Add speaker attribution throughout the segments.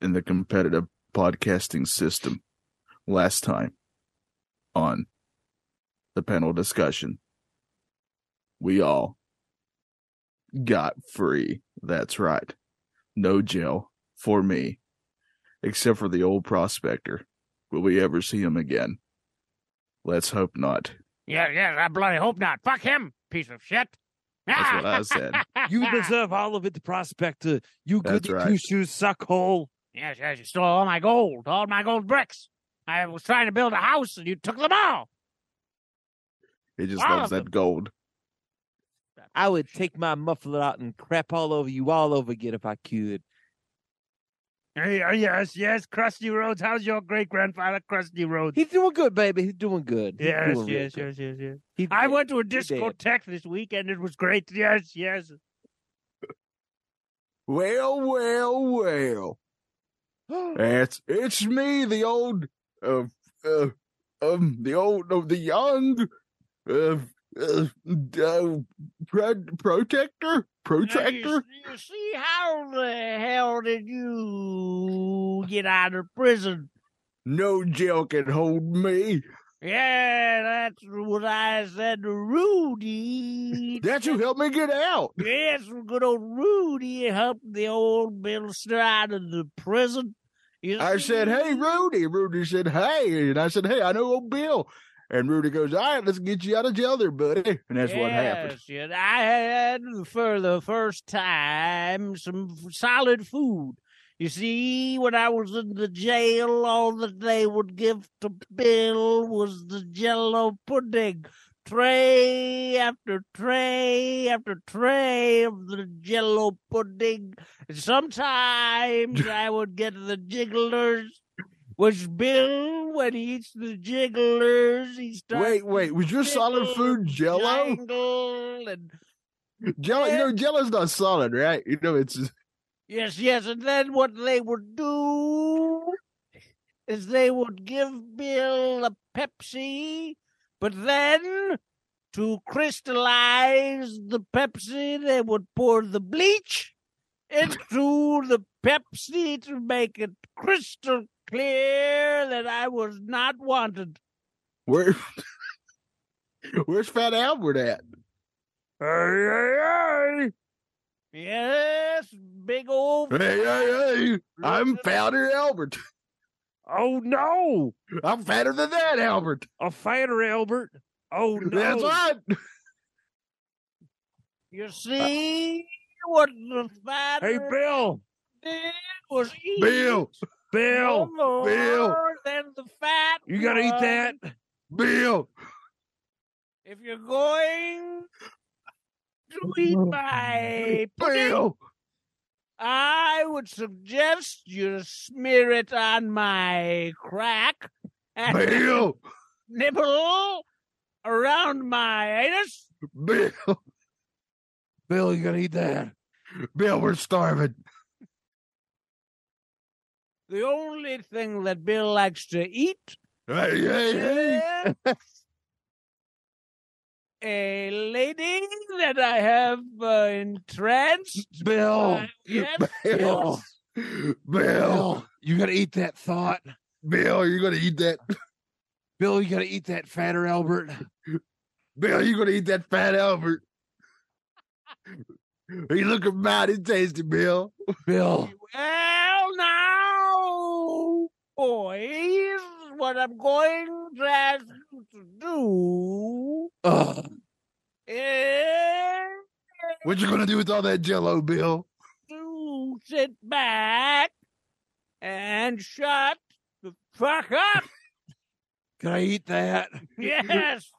Speaker 1: in the competitive podcasting system last time on the panel discussion. We all got free. That's right. No jail for me, except for the old prospector. Will we ever see him again? Let's hope not.
Speaker 2: Yeah, yeah, I bloody hope not. Fuck him, piece of shit.
Speaker 1: That's what I said.
Speaker 3: You deserve all of it, the prospector. You good
Speaker 1: That's right.
Speaker 3: two shoes suckhole.
Speaker 2: Yes, yes, you stole all my gold, all my gold bricks. I was trying to build a house and you took them all.
Speaker 1: He just
Speaker 2: All
Speaker 1: loves
Speaker 2: of
Speaker 1: that gold.
Speaker 3: I would take my muffler out and crap all over you all over again if I could.
Speaker 2: Hey, uh, yes, yes, Krusty Rhodes. How's your great grandfather, Krusty Rhodes?
Speaker 3: He's doing good, baby. He's doing good. He's
Speaker 2: Yes,
Speaker 3: doing real
Speaker 2: yes,
Speaker 3: good.
Speaker 2: yes, yes, yes.
Speaker 3: He's
Speaker 2: I
Speaker 3: great.
Speaker 2: went to a
Speaker 3: He did.
Speaker 2: discotheque this weekend. It was great. Yes, yes.
Speaker 1: Well, well, well. It's it's me, the old, uh, uh, um, the old, uh, the young, uh, uh, uh pro- protector,
Speaker 2: Now, you-
Speaker 1: protector.
Speaker 2: You, see, how the hell did you get out of prison?
Speaker 1: No jail can hold me.
Speaker 2: Yeah, that's what I said to Rudy.
Speaker 1: That you help me get out.
Speaker 2: Yes, good old Rudy helped the old minister out of the prison. You
Speaker 1: I
Speaker 2: see,
Speaker 1: said, hey, Rudy. Rudy said, hey, and I said, hey, I know old Bill. And Rudy goes, all right, let's get you out of jail there, buddy. And that's what happened.
Speaker 2: yes, yes, I had for the first time some f- solid food. You see, when I was in the jail, all that they would give to Bill was the jello pudding. Tray after tray after tray of the jello pudding. And Sometimes I would get the jigglers, which Bill, when he eats the jigglers, he starts.
Speaker 1: Wait, wait, was your solid food jello?
Speaker 2: Jangle and
Speaker 1: Jello, you know, jello's not solid, right? You know, it's
Speaker 2: yes, yes, and then what they would do is they would give Bill a Pepsi, but then to crystallize the Pepsi, they would pour the bleach into the Pepsi to make it crystal clear that I was not wanted.
Speaker 1: Where, where's Fat Albert at? Hey,
Speaker 2: Yes, big old
Speaker 1: hey, hey, hey, hey, hey. I'm fatter Albert.
Speaker 3: Oh no,
Speaker 1: I'm fatter than that Albert.
Speaker 3: a fighter, Albert. Oh no,
Speaker 1: That's right.
Speaker 2: You see what the matter
Speaker 3: Hey, Bill,
Speaker 2: did was eat
Speaker 1: Bill,
Speaker 3: Bill,
Speaker 2: no
Speaker 1: Bill.
Speaker 2: more than the fat.
Speaker 3: you gotta eat
Speaker 2: one.
Speaker 3: that.
Speaker 1: Bill.
Speaker 2: If you're going to eat my pudding,
Speaker 1: Bill.
Speaker 2: I would suggest you smear it on my crack and
Speaker 1: Bill.
Speaker 2: nibble around my anus.
Speaker 1: Bill.
Speaker 3: Bill, you gotta eat that.
Speaker 1: Bill, we're starving.
Speaker 2: The only thing that Bill likes to eat
Speaker 1: Hey, hey, hey.
Speaker 2: is a lady that I have uh, entranced.
Speaker 3: Bill,
Speaker 2: Uh, yes,
Speaker 1: Bill. Bill.
Speaker 3: Bill, you gotta eat that thought.
Speaker 1: Bill, you're gonna eat that.
Speaker 3: Bill, you gotta eat that fatter, Albert.
Speaker 1: Bill, you're gonna eat that Fat Albert. He looking mighty tasty, Bill.
Speaker 3: Bill,
Speaker 2: Well, now, boys, what I'm going to ask you to do
Speaker 3: Ugh.
Speaker 2: is
Speaker 1: What you gonna do with all that Jello, Bill?
Speaker 2: to sit back and shut the fuck up.
Speaker 3: Can I eat that?
Speaker 2: Yes.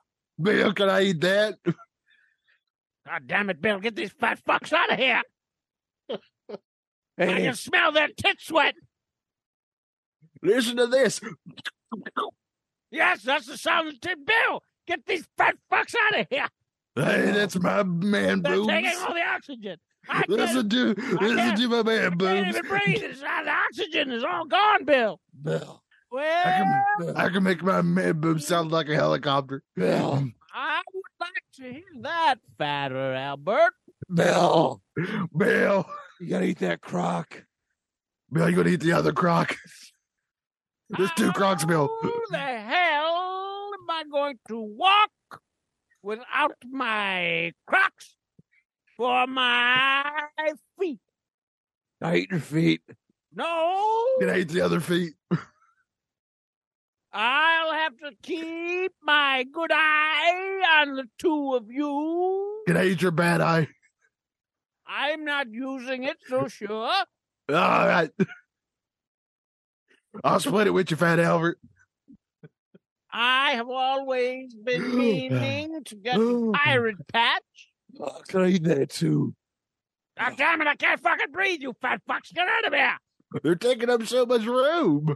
Speaker 1: Bill, can I eat that?
Speaker 2: God damn it, Bill. Get these fat fucks out of here. I
Speaker 3: Hey,
Speaker 2: can smell their tit sweat.
Speaker 1: Listen to this.
Speaker 2: Yes, that's the sound of tit Bill. Get these fat fucks out of here.
Speaker 1: Hey, that's my man,
Speaker 2: They're
Speaker 1: Booms.
Speaker 2: taking all the oxygen. I can't,
Speaker 1: Listen to, listen
Speaker 2: can't-
Speaker 1: to my man,
Speaker 2: can't
Speaker 1: Booms.
Speaker 2: even breathe. It's not, the oxygen is all gone, Bill.
Speaker 1: Bill, I
Speaker 2: Well,
Speaker 1: can, I can make my man, Booms sound like a helicopter. Bill,
Speaker 2: I would like to hear that, fatter Albert.
Speaker 3: Bill,
Speaker 1: Bill,
Speaker 3: you gotta eat that crock.
Speaker 1: Bill, you gonna eat the other croc? There's two crocs, Bill.
Speaker 3: Ah.
Speaker 2: How the hell am I going to walk without my crocs for my feet?
Speaker 3: I eat your feet.
Speaker 2: No,
Speaker 1: Can I eat the other feet?
Speaker 2: I'll have to keep my good eye on the two of you.
Speaker 1: Can I eat your bad eye?
Speaker 2: I'm not using it, so sure.
Speaker 1: All right. I'll split it with you, Fat Albert.
Speaker 2: I have always been meaning to get the pirate patch.
Speaker 3: Oh, can I eat that too?
Speaker 2: God damn it, I can't fucking breathe, you fat fucks. Get out of here.
Speaker 1: They're taking up so much room.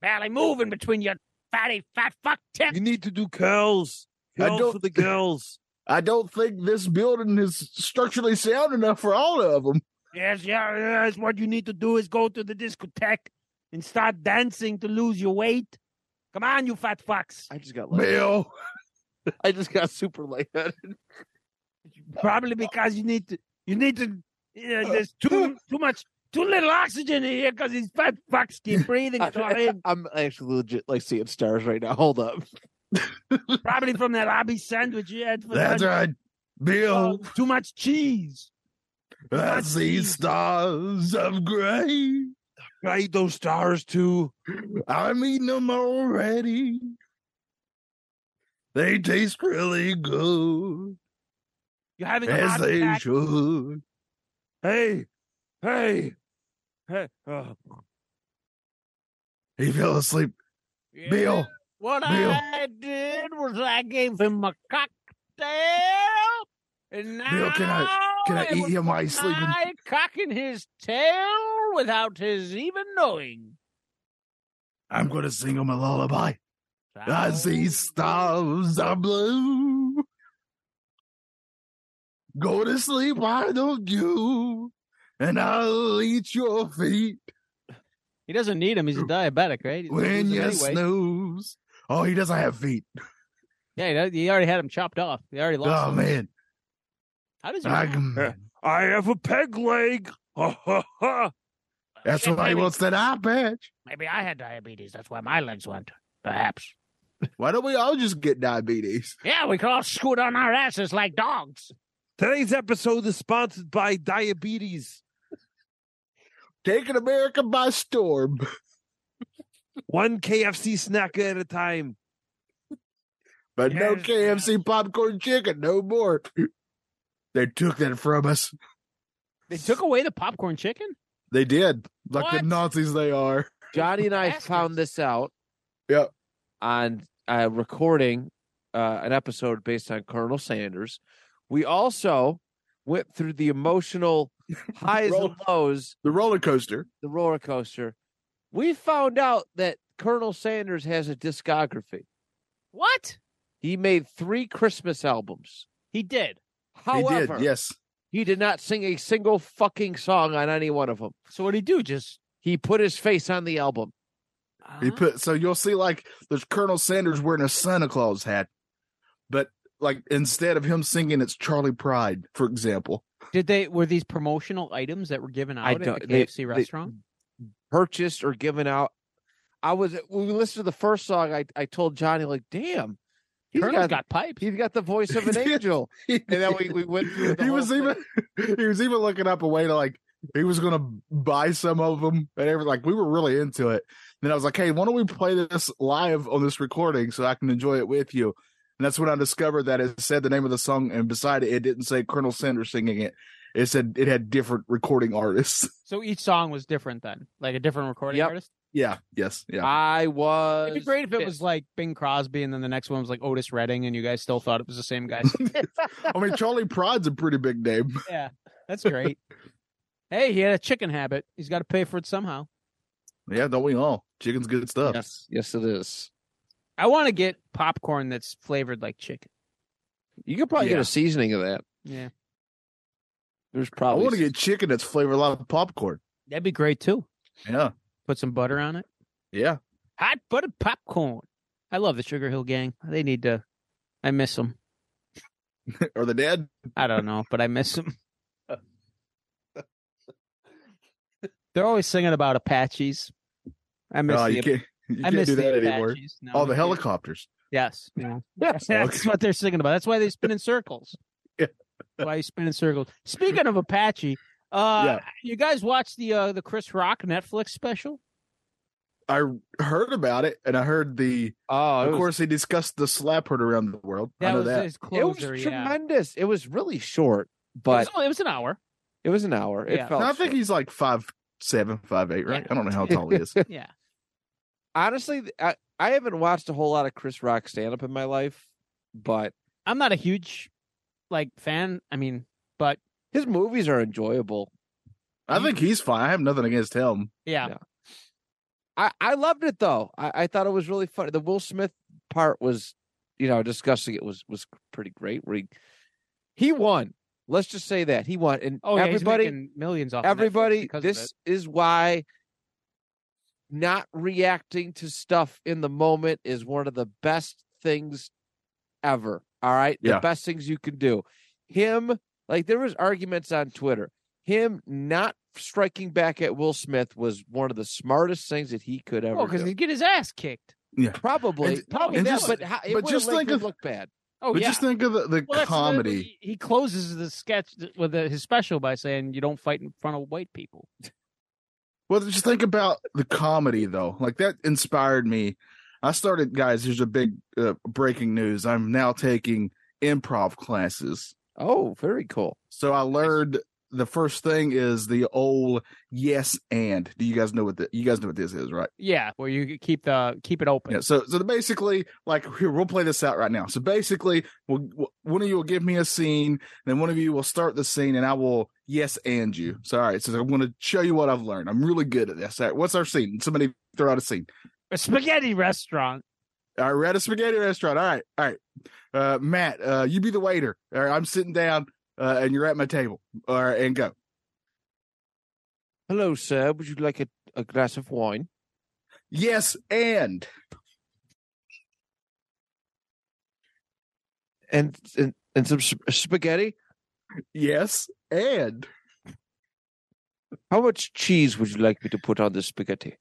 Speaker 2: Barely moving between your fatty fat fuck
Speaker 3: You
Speaker 2: tits.
Speaker 3: need to do curls.
Speaker 1: I
Speaker 3: Curls
Speaker 1: don't-
Speaker 3: for the girls.
Speaker 1: I don't think this building is structurally sound enough for all of them.
Speaker 2: Yes, yeah, yes. What you need to do is go to the discotheque and start dancing to lose your weight. Come on, you fat fucks.
Speaker 3: I just got
Speaker 1: Bill,
Speaker 3: I just got super lightheaded.
Speaker 2: Probably because you need to. You need to. yeah,
Speaker 1: uh,
Speaker 2: there's too too much, too little oxygen in here because these fat fucks keep breathing so hard.
Speaker 3: I'm actually legit like seeing stars right now. Hold up.
Speaker 2: Probably from that lobby sandwich you had for
Speaker 1: that's right.
Speaker 2: lunch. Oh,
Speaker 1: Bill,
Speaker 2: too much cheese.
Speaker 1: I see stars of gray.
Speaker 3: Can I eat those stars too?
Speaker 1: I'm eating them already. They taste really good,
Speaker 2: You're having a
Speaker 1: as
Speaker 2: heart
Speaker 1: they
Speaker 2: attack.
Speaker 1: should.
Speaker 3: Hey, hey, hey.
Speaker 2: uh,
Speaker 3: Oh,
Speaker 1: He fell asleep. Bill,
Speaker 2: What
Speaker 1: Bill.
Speaker 2: I did was I gave him a cocktail, and now
Speaker 1: Bill, can I- can I
Speaker 2: it
Speaker 1: eat
Speaker 2: was
Speaker 1: him while he's sleeping?
Speaker 2: My cock in his tail without his even knowing.
Speaker 1: I'm gonna sing him a lullaby. I see stars are blue. Go to sleep, why don't you? And I'll eat your feet
Speaker 2: He doesn't need him. He's a diabetic, right? He's
Speaker 1: when
Speaker 2: losing
Speaker 1: you
Speaker 2: anyway.
Speaker 1: snooze. Oh, he doesn't have feet.
Speaker 2: Yeah, he- he already had him chopped off. He already lost.
Speaker 1: oh
Speaker 2: him.
Speaker 1: man,
Speaker 2: How does he?
Speaker 1: I,
Speaker 3: I have a peg leg. Ha ha ha.
Speaker 1: that's
Speaker 2: Shit,
Speaker 1: why he
Speaker 2: maybe-
Speaker 1: wants that eye patch.
Speaker 2: Maybe I had diabetes. That's why my legs went. Perhaps.
Speaker 1: Why don't we all just get diabetes?
Speaker 2: Yeah, we could all scoot on our asses like dogs.
Speaker 3: Today's episode is sponsored by diabetes.
Speaker 1: Taking America by storm.
Speaker 3: One KFC snack at a time.
Speaker 1: But no
Speaker 2: Yes.
Speaker 1: KFC popcorn chicken, no more. They took that from us.
Speaker 2: They took away the popcorn chicken.
Speaker 1: They did. Like the
Speaker 2: What?
Speaker 1: Nazis they are.
Speaker 3: Johnny and I
Speaker 2: Bastards.
Speaker 3: found this out.
Speaker 1: Yep.
Speaker 3: On uh, recording uh, an episode based on Colonel Sanders, we also went through the emotional highs
Speaker 1: Roll-
Speaker 3: and lows,
Speaker 1: The roller coaster.
Speaker 3: the roller coaster. We found out that Colonel Sanders has a discography.
Speaker 2: What?
Speaker 3: He made three Christmas albums.
Speaker 2: He did.
Speaker 3: However,
Speaker 1: he did, yes.
Speaker 3: he did not sing a single fucking song on any one of them.
Speaker 2: So what did he do? Just
Speaker 3: He put his face on the album.
Speaker 1: He
Speaker 2: uh-huh.
Speaker 1: put so you'll see like there's Colonel Sanders wearing a Santa Claus hat, but like instead of him singing, it's Charlie Pride, for example.
Speaker 4: Did they were these promotional items that were given out
Speaker 3: I
Speaker 4: at
Speaker 3: don't-
Speaker 4: the
Speaker 3: they-
Speaker 4: KFC
Speaker 3: they-
Speaker 4: restaurant?
Speaker 3: purchased or given out. I was when we listened to the first song, I, I told Johnny like, "Damn, he's
Speaker 4: Colonel's got,
Speaker 3: got,
Speaker 4: pipes.
Speaker 3: he's got the voice of an
Speaker 1: He did.
Speaker 3: angel." And then we, we went through. The
Speaker 1: he
Speaker 3: whole
Speaker 1: was
Speaker 3: thing.
Speaker 1: even he was even looking up a way to like he was gonna buy some of them and everything. Like we were really into it. then I was like, hey, why don't we play this live on this recording so I can enjoy it with you? And that's when I discovered that it said the name of the song, and beside it, it didn't say Colonel Sanders singing it. It said it had different recording artists.
Speaker 2: So each song was different then, like a different recording
Speaker 3: Yep.
Speaker 2: artist.
Speaker 1: Yeah. Yes. Yeah.
Speaker 3: I was.
Speaker 2: It'd be great if it was
Speaker 3: pissed.
Speaker 2: like Bing Crosby, and then the next one was like Otis Redding, and you guys still thought it was the same guy.
Speaker 1: I mean, Charlie Pride's a pretty big name.
Speaker 2: yeah, that's great. hey, he had a chicken habit. He's got to pay for it somehow.
Speaker 1: Yeah, don't we all? Chicken's good stuff.
Speaker 3: Yes, yes, it is.
Speaker 2: I want to get popcorn that's flavored like chicken.
Speaker 3: You could probably get
Speaker 1: Yeah.
Speaker 3: a seasoning of that.
Speaker 2: Yeah,
Speaker 3: There's
Speaker 1: I
Speaker 3: probably.
Speaker 1: want to get chicken that's flavored like popcorn.
Speaker 2: that'd be great too.
Speaker 1: Yeah.
Speaker 2: Put some butter on it.
Speaker 1: Yeah.
Speaker 2: Hot butter popcorn. I love the Sugar Hill Gang. They need to. I miss them.
Speaker 1: or the dad.
Speaker 2: I don't know, but I miss them. They're always singing about Apaches. I miss
Speaker 1: No,
Speaker 2: the,
Speaker 1: Oh, you can't. You
Speaker 2: I
Speaker 1: can't
Speaker 2: miss
Speaker 1: do
Speaker 2: the
Speaker 1: that anymore.
Speaker 2: Apaches. No,
Speaker 1: All the
Speaker 2: I can't.
Speaker 1: helicopters.
Speaker 2: Yes. That's what they're singing about. That's why they spin in circles.
Speaker 1: Yeah.
Speaker 2: Why you spin in circles. Speaking of Apache, uh
Speaker 1: Yeah.
Speaker 2: you guys watch the uh the Chris Rock Netflix special?
Speaker 1: I heard about it, and I heard the.
Speaker 3: Oh, it
Speaker 1: of
Speaker 3: was,
Speaker 1: course, they discussed the slap hurt around the world. I
Speaker 2: That
Speaker 1: know
Speaker 2: was
Speaker 1: that.
Speaker 2: his
Speaker 3: it was
Speaker 2: closer, yeah. It
Speaker 3: tremendous. It was really short,
Speaker 2: was,
Speaker 3: but
Speaker 2: only- it was an hour.
Speaker 3: it was an hour. It
Speaker 2: Yeah.
Speaker 3: felt.
Speaker 1: No, I think
Speaker 3: short.
Speaker 1: he's like five seven, five eight, right?
Speaker 2: Oh, Yeah.
Speaker 1: I don't know how tall he is.
Speaker 2: Yeah.
Speaker 3: honestly, th- I, I haven't watched a whole lot of Chris Rock stand up in my life, but
Speaker 2: I'm not a huge like fan. I mean, but
Speaker 3: his movies are enjoyable.
Speaker 1: I think he's fine. I have nothing against him.
Speaker 2: yeah.
Speaker 3: Yeah. I, I loved it though. I, I thought it was really funny. The Will Smith part was, you know, discussing it was was pretty great. Where he, he won. Let's just say that he won, and
Speaker 2: Oh, yeah, he's
Speaker 3: everybody,
Speaker 2: making millions off of Netflix
Speaker 3: everybody,
Speaker 2: because of it.
Speaker 3: this is why not reacting to stuff in the moment is one of the best things ever. All right,
Speaker 1: Yeah.
Speaker 3: the best things you can do. Him, like there was arguments on Twitter. Him not striking back at Will Smith was one of the smartest things that he could ever
Speaker 2: Oh,
Speaker 3: do.
Speaker 2: because he'd get his ass kicked.
Speaker 3: Probably,
Speaker 1: And-
Speaker 3: probably
Speaker 2: and
Speaker 3: that,
Speaker 2: just-
Speaker 3: but how, it
Speaker 1: but
Speaker 3: would
Speaker 1: just think of-
Speaker 3: look bad.
Speaker 2: Oh,
Speaker 1: but
Speaker 2: yeah.
Speaker 1: just think of the, the
Speaker 2: Well, that's-
Speaker 1: comedy.
Speaker 2: He closes the sketch th- with the, his special by saying, "You don't fight in front of white people."
Speaker 1: Well, just think about the comedy though. Like that inspired me. I started, guys. Here's a big uh, breaking news. I'm now taking improv classes.
Speaker 3: Oh, very cool.
Speaker 1: So I learned the first thing is the old yes and. Do you guys know what the, you guys know what this is, right?
Speaker 2: Yeah, where you keep the keep it open.
Speaker 1: Yeah. So so basically, like here, we'll play this out right now. So basically, we'll, we'll- one of you will give me a scene, then one of you will start the scene, and I will yes and you. So all right. So I'm going to show you what I've learned. I'm really good at this. All right, what's our scene? Somebody throw out a scene.
Speaker 2: A spaghetti restaurant.
Speaker 1: I we're at a spaghetti restaurant. All right, all right. Uh, Matt, uh, you be the waiter. All right, I'm sitting down, uh, and you're at my table. All right, and go.
Speaker 3: Hello, sir. Would you like a, a glass of wine?
Speaker 1: Yes, and
Speaker 3: And and, and some sp- spaghetti?
Speaker 1: yes, and
Speaker 3: How much cheese would you like me to put on this spaghetti?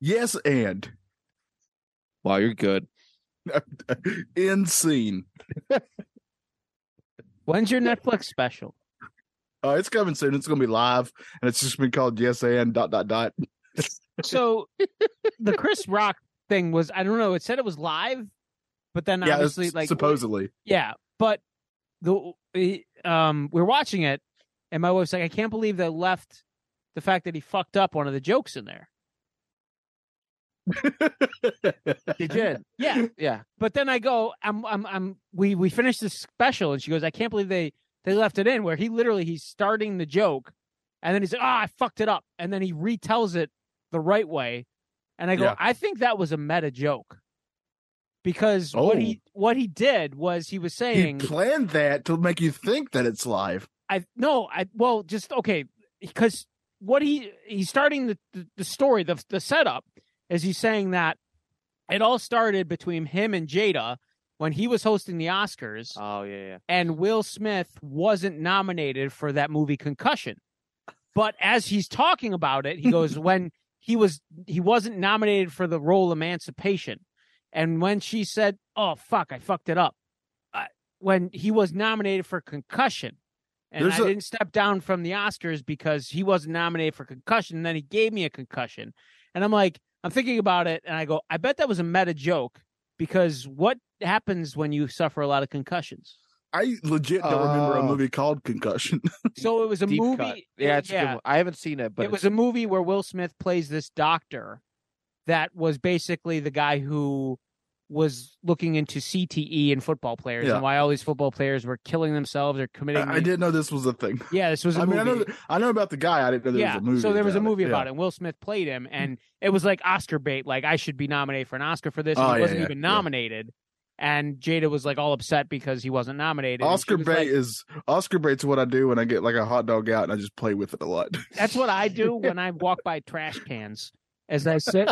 Speaker 1: yes, and
Speaker 3: Wow, you're good.
Speaker 1: end scene.
Speaker 2: When's your Netflix special?
Speaker 1: Uh, it's coming soon. It's going to be live, and it's just been called yes and dot dot dot.
Speaker 2: So the Chris Rock thing was I don't know. It said it was live, but then
Speaker 1: yeah,
Speaker 2: obviously
Speaker 1: it's
Speaker 2: like
Speaker 1: supposedly.
Speaker 2: yeah, but the he- um we're watching it, and my wife's like, I can't believe they left the fact that he fucked up one of the jokes in there.
Speaker 3: You did.
Speaker 2: Yeah,
Speaker 3: Yeah.
Speaker 2: but then I go, I'm, I'm, I'm. We we finished this special, and she goes, I can't believe they they left it in where he literally he's starting the joke, and then he's like, oh, I fucked it up, and then he retells it the right way, and I go,
Speaker 1: Yeah.
Speaker 2: I think that was a meta joke, because what
Speaker 1: Oh.
Speaker 2: he what he did was he was
Speaker 1: he
Speaker 2: saying,
Speaker 1: planned that to make you think that it's live.
Speaker 2: I no, I well, just okay, because what he he's starting the the, the story, the the setup is he's saying that it all started between him and Jada when he was hosting the Oscars.
Speaker 3: Oh yeah, yeah.
Speaker 2: and Will Smith wasn't nominated for that movie Concussion. But as he's talking about it, he goes, when he was he wasn't nominated for the role Emancipation, and when she said, "Oh fuck, I fucked it up," uh, when he was nominated for Concussion, and
Speaker 1: There's
Speaker 2: I
Speaker 1: a-
Speaker 2: didn't step down from the Oscars because he wasn't nominated for Concussion, and then he gave me a concussion, and I'm like, I'm thinking about it, and I go, I bet that was a meta joke because what happens when you suffer a lot of concussions?
Speaker 1: I legit don't remember a
Speaker 3: Oh.
Speaker 1: movie called Concussion.
Speaker 2: So it was a
Speaker 3: Deep
Speaker 2: movie.
Speaker 3: cut. Yeah, it's a good one. I haven't seen it, but
Speaker 2: it was a movie where Will Smith plays this doctor that was basically the guy who was looking into CTE in football players
Speaker 1: Yeah.
Speaker 2: and why all these football players were killing themselves or committing.
Speaker 1: I didn't know this was a thing.
Speaker 2: Yeah, this was a
Speaker 1: I mean,
Speaker 2: movie.
Speaker 1: I know, I know about the guy. I didn't know there
Speaker 2: yeah,
Speaker 1: was a movie.
Speaker 2: so there was a
Speaker 1: about
Speaker 2: movie
Speaker 1: it.
Speaker 2: about it. And Will Smith played him, and it was like Oscar bait. Like I should be nominated for an Oscar for this. and
Speaker 1: Oh,
Speaker 2: he
Speaker 1: yeah,
Speaker 2: wasn't
Speaker 1: yeah,
Speaker 2: even
Speaker 1: yeah.
Speaker 2: nominated, and Jada was like all upset because he wasn't nominated. and she
Speaker 1: Oscar
Speaker 2: was
Speaker 1: bait
Speaker 2: like,
Speaker 1: is Oscar bait's what I do when I get like a hot dog out and I just play with it a lot.
Speaker 2: That's what I do when I walk by trash cans. As I sit,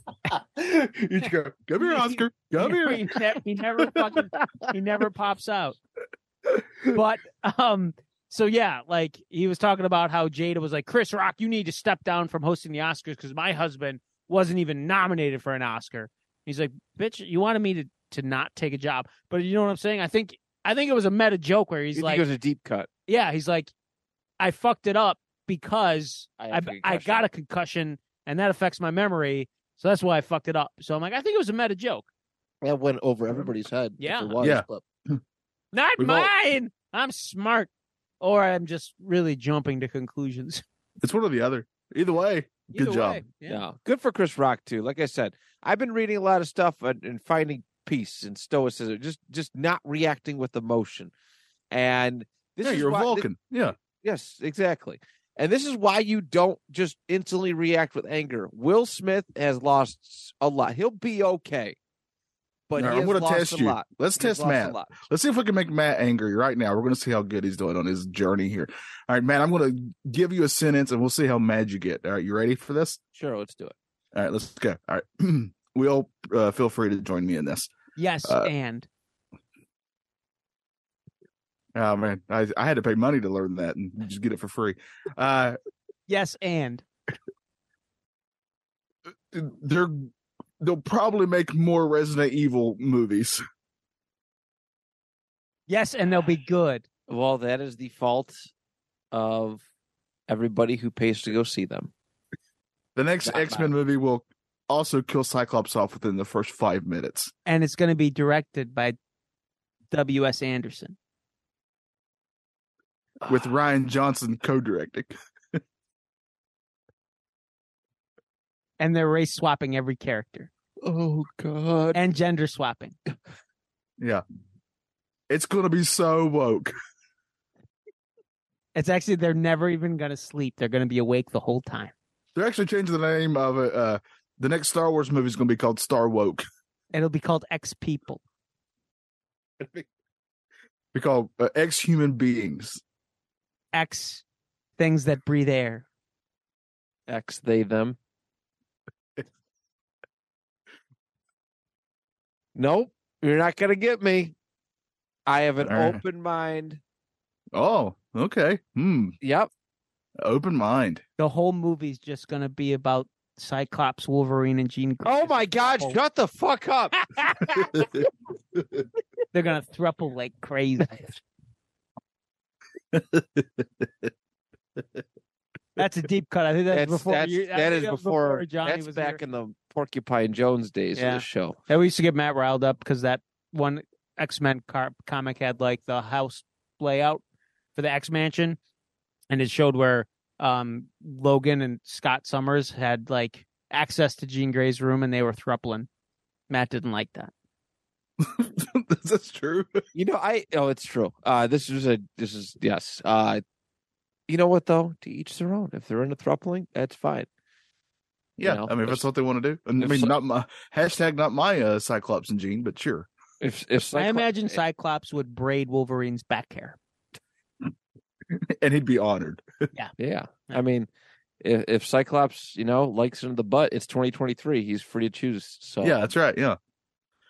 Speaker 1: you just go, come here, Oscar. Come here.
Speaker 2: he, ne- he never fucking he never pops out. But um, so yeah, like he was talking about how Jada was like, Chris Rock, you need to step down from hosting the Oscars because my husband wasn't even nominated for an Oscar. He's like, bitch, you wanted me to to not take a job, but you know what I'm saying? I think I think it was a meta joke where he's
Speaker 3: you think
Speaker 2: like,
Speaker 3: it was a deep cut.
Speaker 2: yeah, he's like, I fucked it up because I,
Speaker 3: had a
Speaker 2: I
Speaker 3: concussion.
Speaker 2: got a concussion and that affects my memory. So that's why I fucked it up. So I'm like, I think it was a meta joke.
Speaker 3: That went over everybody's head. if
Speaker 2: Yeah.
Speaker 3: it was,
Speaker 1: Yeah.
Speaker 3: but-
Speaker 2: Not
Speaker 1: We've all-
Speaker 2: mine. I'm smart. Or I'm just really jumping to conclusions.
Speaker 1: It's one or the other. Either way, Good
Speaker 2: Either
Speaker 1: job.
Speaker 2: way,
Speaker 3: yeah.
Speaker 2: Yeah.
Speaker 3: Good for Chris Rock too. Like I said, I've been reading a lot of stuff and, and finding peace and stoicism, just just not reacting with emotion. And this
Speaker 1: yeah,
Speaker 3: is
Speaker 1: you're a
Speaker 3: why-
Speaker 1: Vulcan. yeah,
Speaker 3: Yes, exactly. And this is why you don't just instantly react with anger. Will Smith has lost a lot. He'll be okay. But
Speaker 1: All right,
Speaker 3: he
Speaker 1: I'm
Speaker 3: has
Speaker 1: gonna
Speaker 3: lost
Speaker 1: test
Speaker 3: a
Speaker 1: you.
Speaker 3: lot.
Speaker 1: Let's
Speaker 3: He's
Speaker 1: test
Speaker 3: lost a
Speaker 1: Matt.
Speaker 3: lot.
Speaker 1: Let's see if we can make Matt angry right now. We're going to see how good he's doing on his journey here. All right, Matt, I'm going to give you a sentence and we'll see how mad you get. All right, you ready for this?
Speaker 3: Sure, let's do it.
Speaker 1: All right, let's go. All right. we all uh, feel free to join me in this.
Speaker 2: Yes,
Speaker 1: Uh,
Speaker 2: and
Speaker 1: Oh, man. I, I had to pay money to learn that and just get it for free. Uh,
Speaker 2: yes, and
Speaker 1: they're, they'll probably make more Resident Evil movies.
Speaker 2: yes, and they'll be good.
Speaker 3: Well, that is the fault of everybody who pays to go see them.
Speaker 1: The next
Speaker 3: Not bad.
Speaker 1: X Men movie will also kill Cyclops off within the first five minutes.
Speaker 2: And it's going to be directed by W.S. Anderson.
Speaker 1: with Ryan Johnson co-directing.
Speaker 2: And they're race swapping every character
Speaker 3: Oh God.
Speaker 2: and gender swapping.
Speaker 1: It's gonna be so woke.
Speaker 2: It's actually, they're never even going to sleep. They're going to be awake the whole time.
Speaker 1: They're actually changing the name of it. Uh, the next Star Wars movie is gonna be called Star Woke.
Speaker 2: It'll be called X People.
Speaker 1: Be called uh, Ex Human Beings.
Speaker 2: X things that breathe air.
Speaker 3: X they them. nope, you're not gonna get me. I have an
Speaker 1: All right.
Speaker 3: open mind.
Speaker 1: Oh, okay. Hmm.
Speaker 3: Yep.
Speaker 1: Open mind.
Speaker 2: The whole movie's just going to be about Cyclops, Wolverine, and Jean.
Speaker 3: Oh
Speaker 2: Grey.
Speaker 3: my God!
Speaker 2: Oh.
Speaker 3: Shut the fuck up.
Speaker 2: They're gonna thruple like crazy. that's a deep cut. I think that's,
Speaker 3: That's,
Speaker 2: before.
Speaker 3: that's
Speaker 2: you- I
Speaker 3: that
Speaker 2: think
Speaker 3: is
Speaker 2: that
Speaker 3: before,
Speaker 2: was Johnny
Speaker 3: that's
Speaker 2: was
Speaker 3: back in the Porcupine Jones days
Speaker 2: Yeah.
Speaker 3: of the show.
Speaker 2: Here. We used to get Matt riled up because that one X Men car- comic had like the house layout for the X Mansion, and it showed where um, Logan and Scott Summers had like access to Jean Grey's room, and they were thrupling. Matt didn't like that.
Speaker 1: That's true.
Speaker 3: You know, I oh, it's true. Uh, this is a this is yes. Uh, you know what though? To each their own. If they're into throupling, that's fine. You
Speaker 1: Yeah.
Speaker 3: know,
Speaker 1: I mean, if that's
Speaker 3: if-
Speaker 1: what they want to do. I
Speaker 3: if
Speaker 1: mean,
Speaker 3: so-
Speaker 1: not my hashtag, not my uh, Cyclops and Jean, but sure.
Speaker 3: If if
Speaker 2: I
Speaker 3: Cyclo-
Speaker 2: imagine Cyclops would braid Wolverine's back hair.
Speaker 1: And he'd be honored.
Speaker 3: eh, Yeah.
Speaker 2: Yeah.
Speaker 3: I mean, if, if Cyclops, you know, likes him in the butt, it's 2023. He's free to choose. So
Speaker 1: Yeah, that's right. Yeah.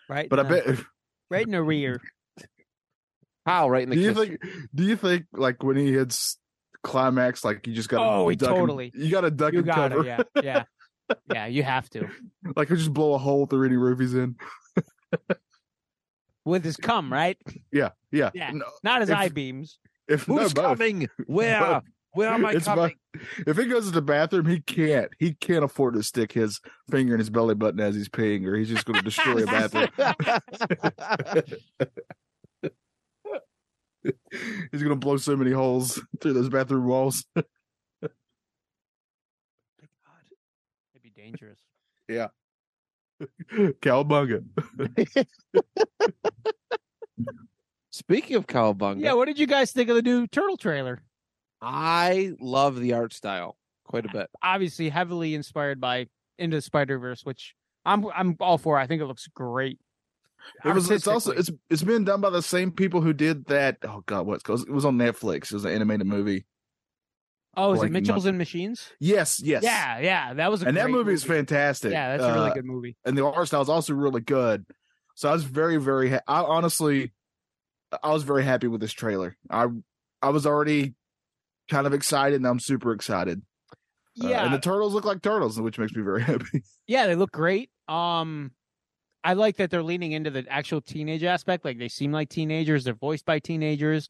Speaker 2: Right,
Speaker 1: But I
Speaker 2: in the-
Speaker 1: bet.
Speaker 2: right in the rear.
Speaker 3: how right in the
Speaker 1: do you
Speaker 3: kiss-
Speaker 1: think? Do you think like when he hits climax, like you just got?
Speaker 2: Oh, he totally-
Speaker 1: You got to duck
Speaker 2: You
Speaker 1: and
Speaker 2: got
Speaker 1: cover.
Speaker 2: it. Yeah, yeah, yeah. You have to
Speaker 1: Like he'll just blow a hole through any roof he's in.
Speaker 2: with his cum, right?
Speaker 1: Yeah, yeah.
Speaker 2: Yeah.
Speaker 1: No,
Speaker 2: Not his
Speaker 1: If-
Speaker 2: eye beams.
Speaker 1: if no,
Speaker 3: who's
Speaker 1: both.
Speaker 3: coming? Where? Where am I
Speaker 1: It's
Speaker 3: coming?
Speaker 1: both. If he goes to the bathroom, he can't. He can't afford to stick his finger in his belly button as he's peeing, or he's just going to destroy a bathroom. He's gonna blow so many holes through those bathroom walls.
Speaker 2: My God. It'd be dangerous.
Speaker 1: Cowabunga.
Speaker 3: Speaking of cowabunga,
Speaker 2: Yeah, what did you guys think of the new turtle trailer?
Speaker 3: I love the art style quite a bit.
Speaker 2: Obviously heavily inspired by Into the Spider-Verse, which I'm I'm all for. I think it looks great.
Speaker 1: It was. It's also.
Speaker 2: Artistically.
Speaker 1: It's. It's been done by the same people who did that. Oh God, what's called? It was on Netflix. It was an animated movie.
Speaker 2: Oh, is
Speaker 1: like
Speaker 2: it Mitchell's
Speaker 1: not-
Speaker 2: and Machines?
Speaker 1: Yes. Yes.
Speaker 2: Yeah, yeah. That was a
Speaker 1: And that
Speaker 2: great
Speaker 1: movie is fantastic.
Speaker 2: Yeah, that's a really
Speaker 1: Uh,
Speaker 2: good movie.
Speaker 1: and the art style is also really good. So I was very, very. Ha- I honestly, I was very happy with this trailer. I, I was already kind of excited, and I'm super excited. Uh,
Speaker 2: Yeah.
Speaker 1: and the turtles look like turtles, which makes me very happy.
Speaker 2: Yeah, they look great. Um I like that they're leaning into the actual teenage aspect. Like they seem like teenagers, they're voiced by teenagers.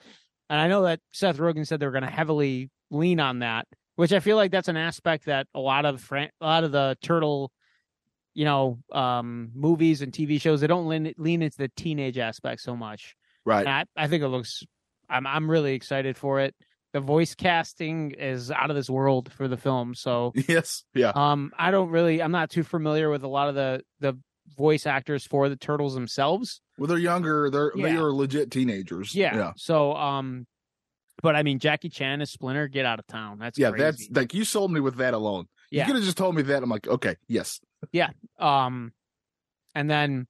Speaker 2: And I know that Seth Rogen said they're going to heavily lean on that, which I feel like that's an aspect that a lot of fran- a lot of the turtle you know, um movies and TV shows they don't lean, lean into the teenage aspect so much.
Speaker 1: right.
Speaker 2: And I, I think it looks I'm I'm really excited for it. The voice casting is out of this world for the film, so
Speaker 1: Yes. Yeah.
Speaker 2: um, I don't really. I'm not too familiar with a lot of the the voice actors for the turtles themselves.
Speaker 1: Well, they're younger. They're they
Speaker 2: Yeah.
Speaker 1: are legit teenagers.
Speaker 2: Yeah.
Speaker 1: Yeah.
Speaker 2: So, um, but I mean, Jackie Chan is Splinter. Get out of town. That's
Speaker 1: Yeah,
Speaker 2: crazy.
Speaker 1: That's like you sold me with that alone. You
Speaker 2: yeah.
Speaker 1: could have just told me that. I'm like, okay, yes.
Speaker 2: Um, and then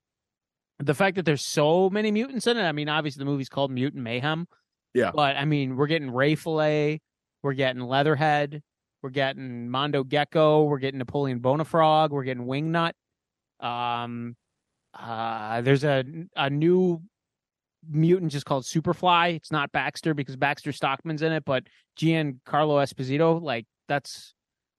Speaker 2: the fact that there's so many mutants in it. I mean, obviously the movie's called Mutant Mayhem.
Speaker 1: Yeah.
Speaker 2: But I mean, we're getting Ray Fillet, we're getting Leatherhead, we're getting Mondo Gecko, we're getting Napoleon Bonafrog, we're getting Wingnut. Um, uh, there's a a new mutant just called Superfly. It's not Baxter because Baxter Stockman's in it, but Giancarlo Esposito, like that's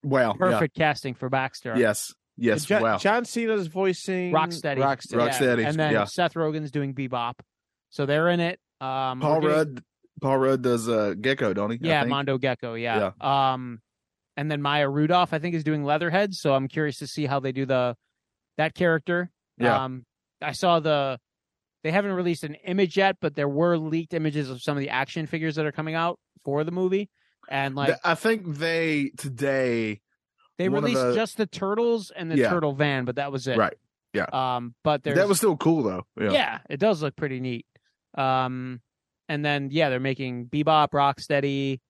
Speaker 1: Wow. yeah.
Speaker 2: perfect casting for Baxter.
Speaker 1: Yes. Yes.
Speaker 3: John,
Speaker 1: wow.
Speaker 3: John Cena's voicing
Speaker 2: Rocksteady.
Speaker 3: Rocksteady.
Speaker 2: Yeah.
Speaker 1: Rocksteady,
Speaker 2: And then
Speaker 1: yeah.
Speaker 2: Seth Rogen's doing Bebop. So they're in it. Um
Speaker 1: Paul
Speaker 2: we're getting-
Speaker 1: Rudd. Paul Rudd does uh, Gecko, don't he? I
Speaker 2: Yeah,
Speaker 1: think?
Speaker 2: Mondo Gecko, yeah. Um and then Maya Rudolph I think is doing Leatherhead, so I'm curious to see how they do the that character.
Speaker 1: Yeah.
Speaker 2: Um I saw the they haven't released an image yet, but there were leaked images of some of the action figures that are coming out for the movie. And like
Speaker 1: Th- I think they today
Speaker 2: they
Speaker 1: one of
Speaker 2: released
Speaker 1: the-
Speaker 2: just the turtles and the
Speaker 1: Yeah.
Speaker 2: turtle van, but that was it.
Speaker 1: Right, yeah.
Speaker 2: Um but there's
Speaker 1: that was still cool though. Yeah.
Speaker 2: yeah. it does look pretty neat. Um, and then yeah, they're making Bebop, Rocksteady.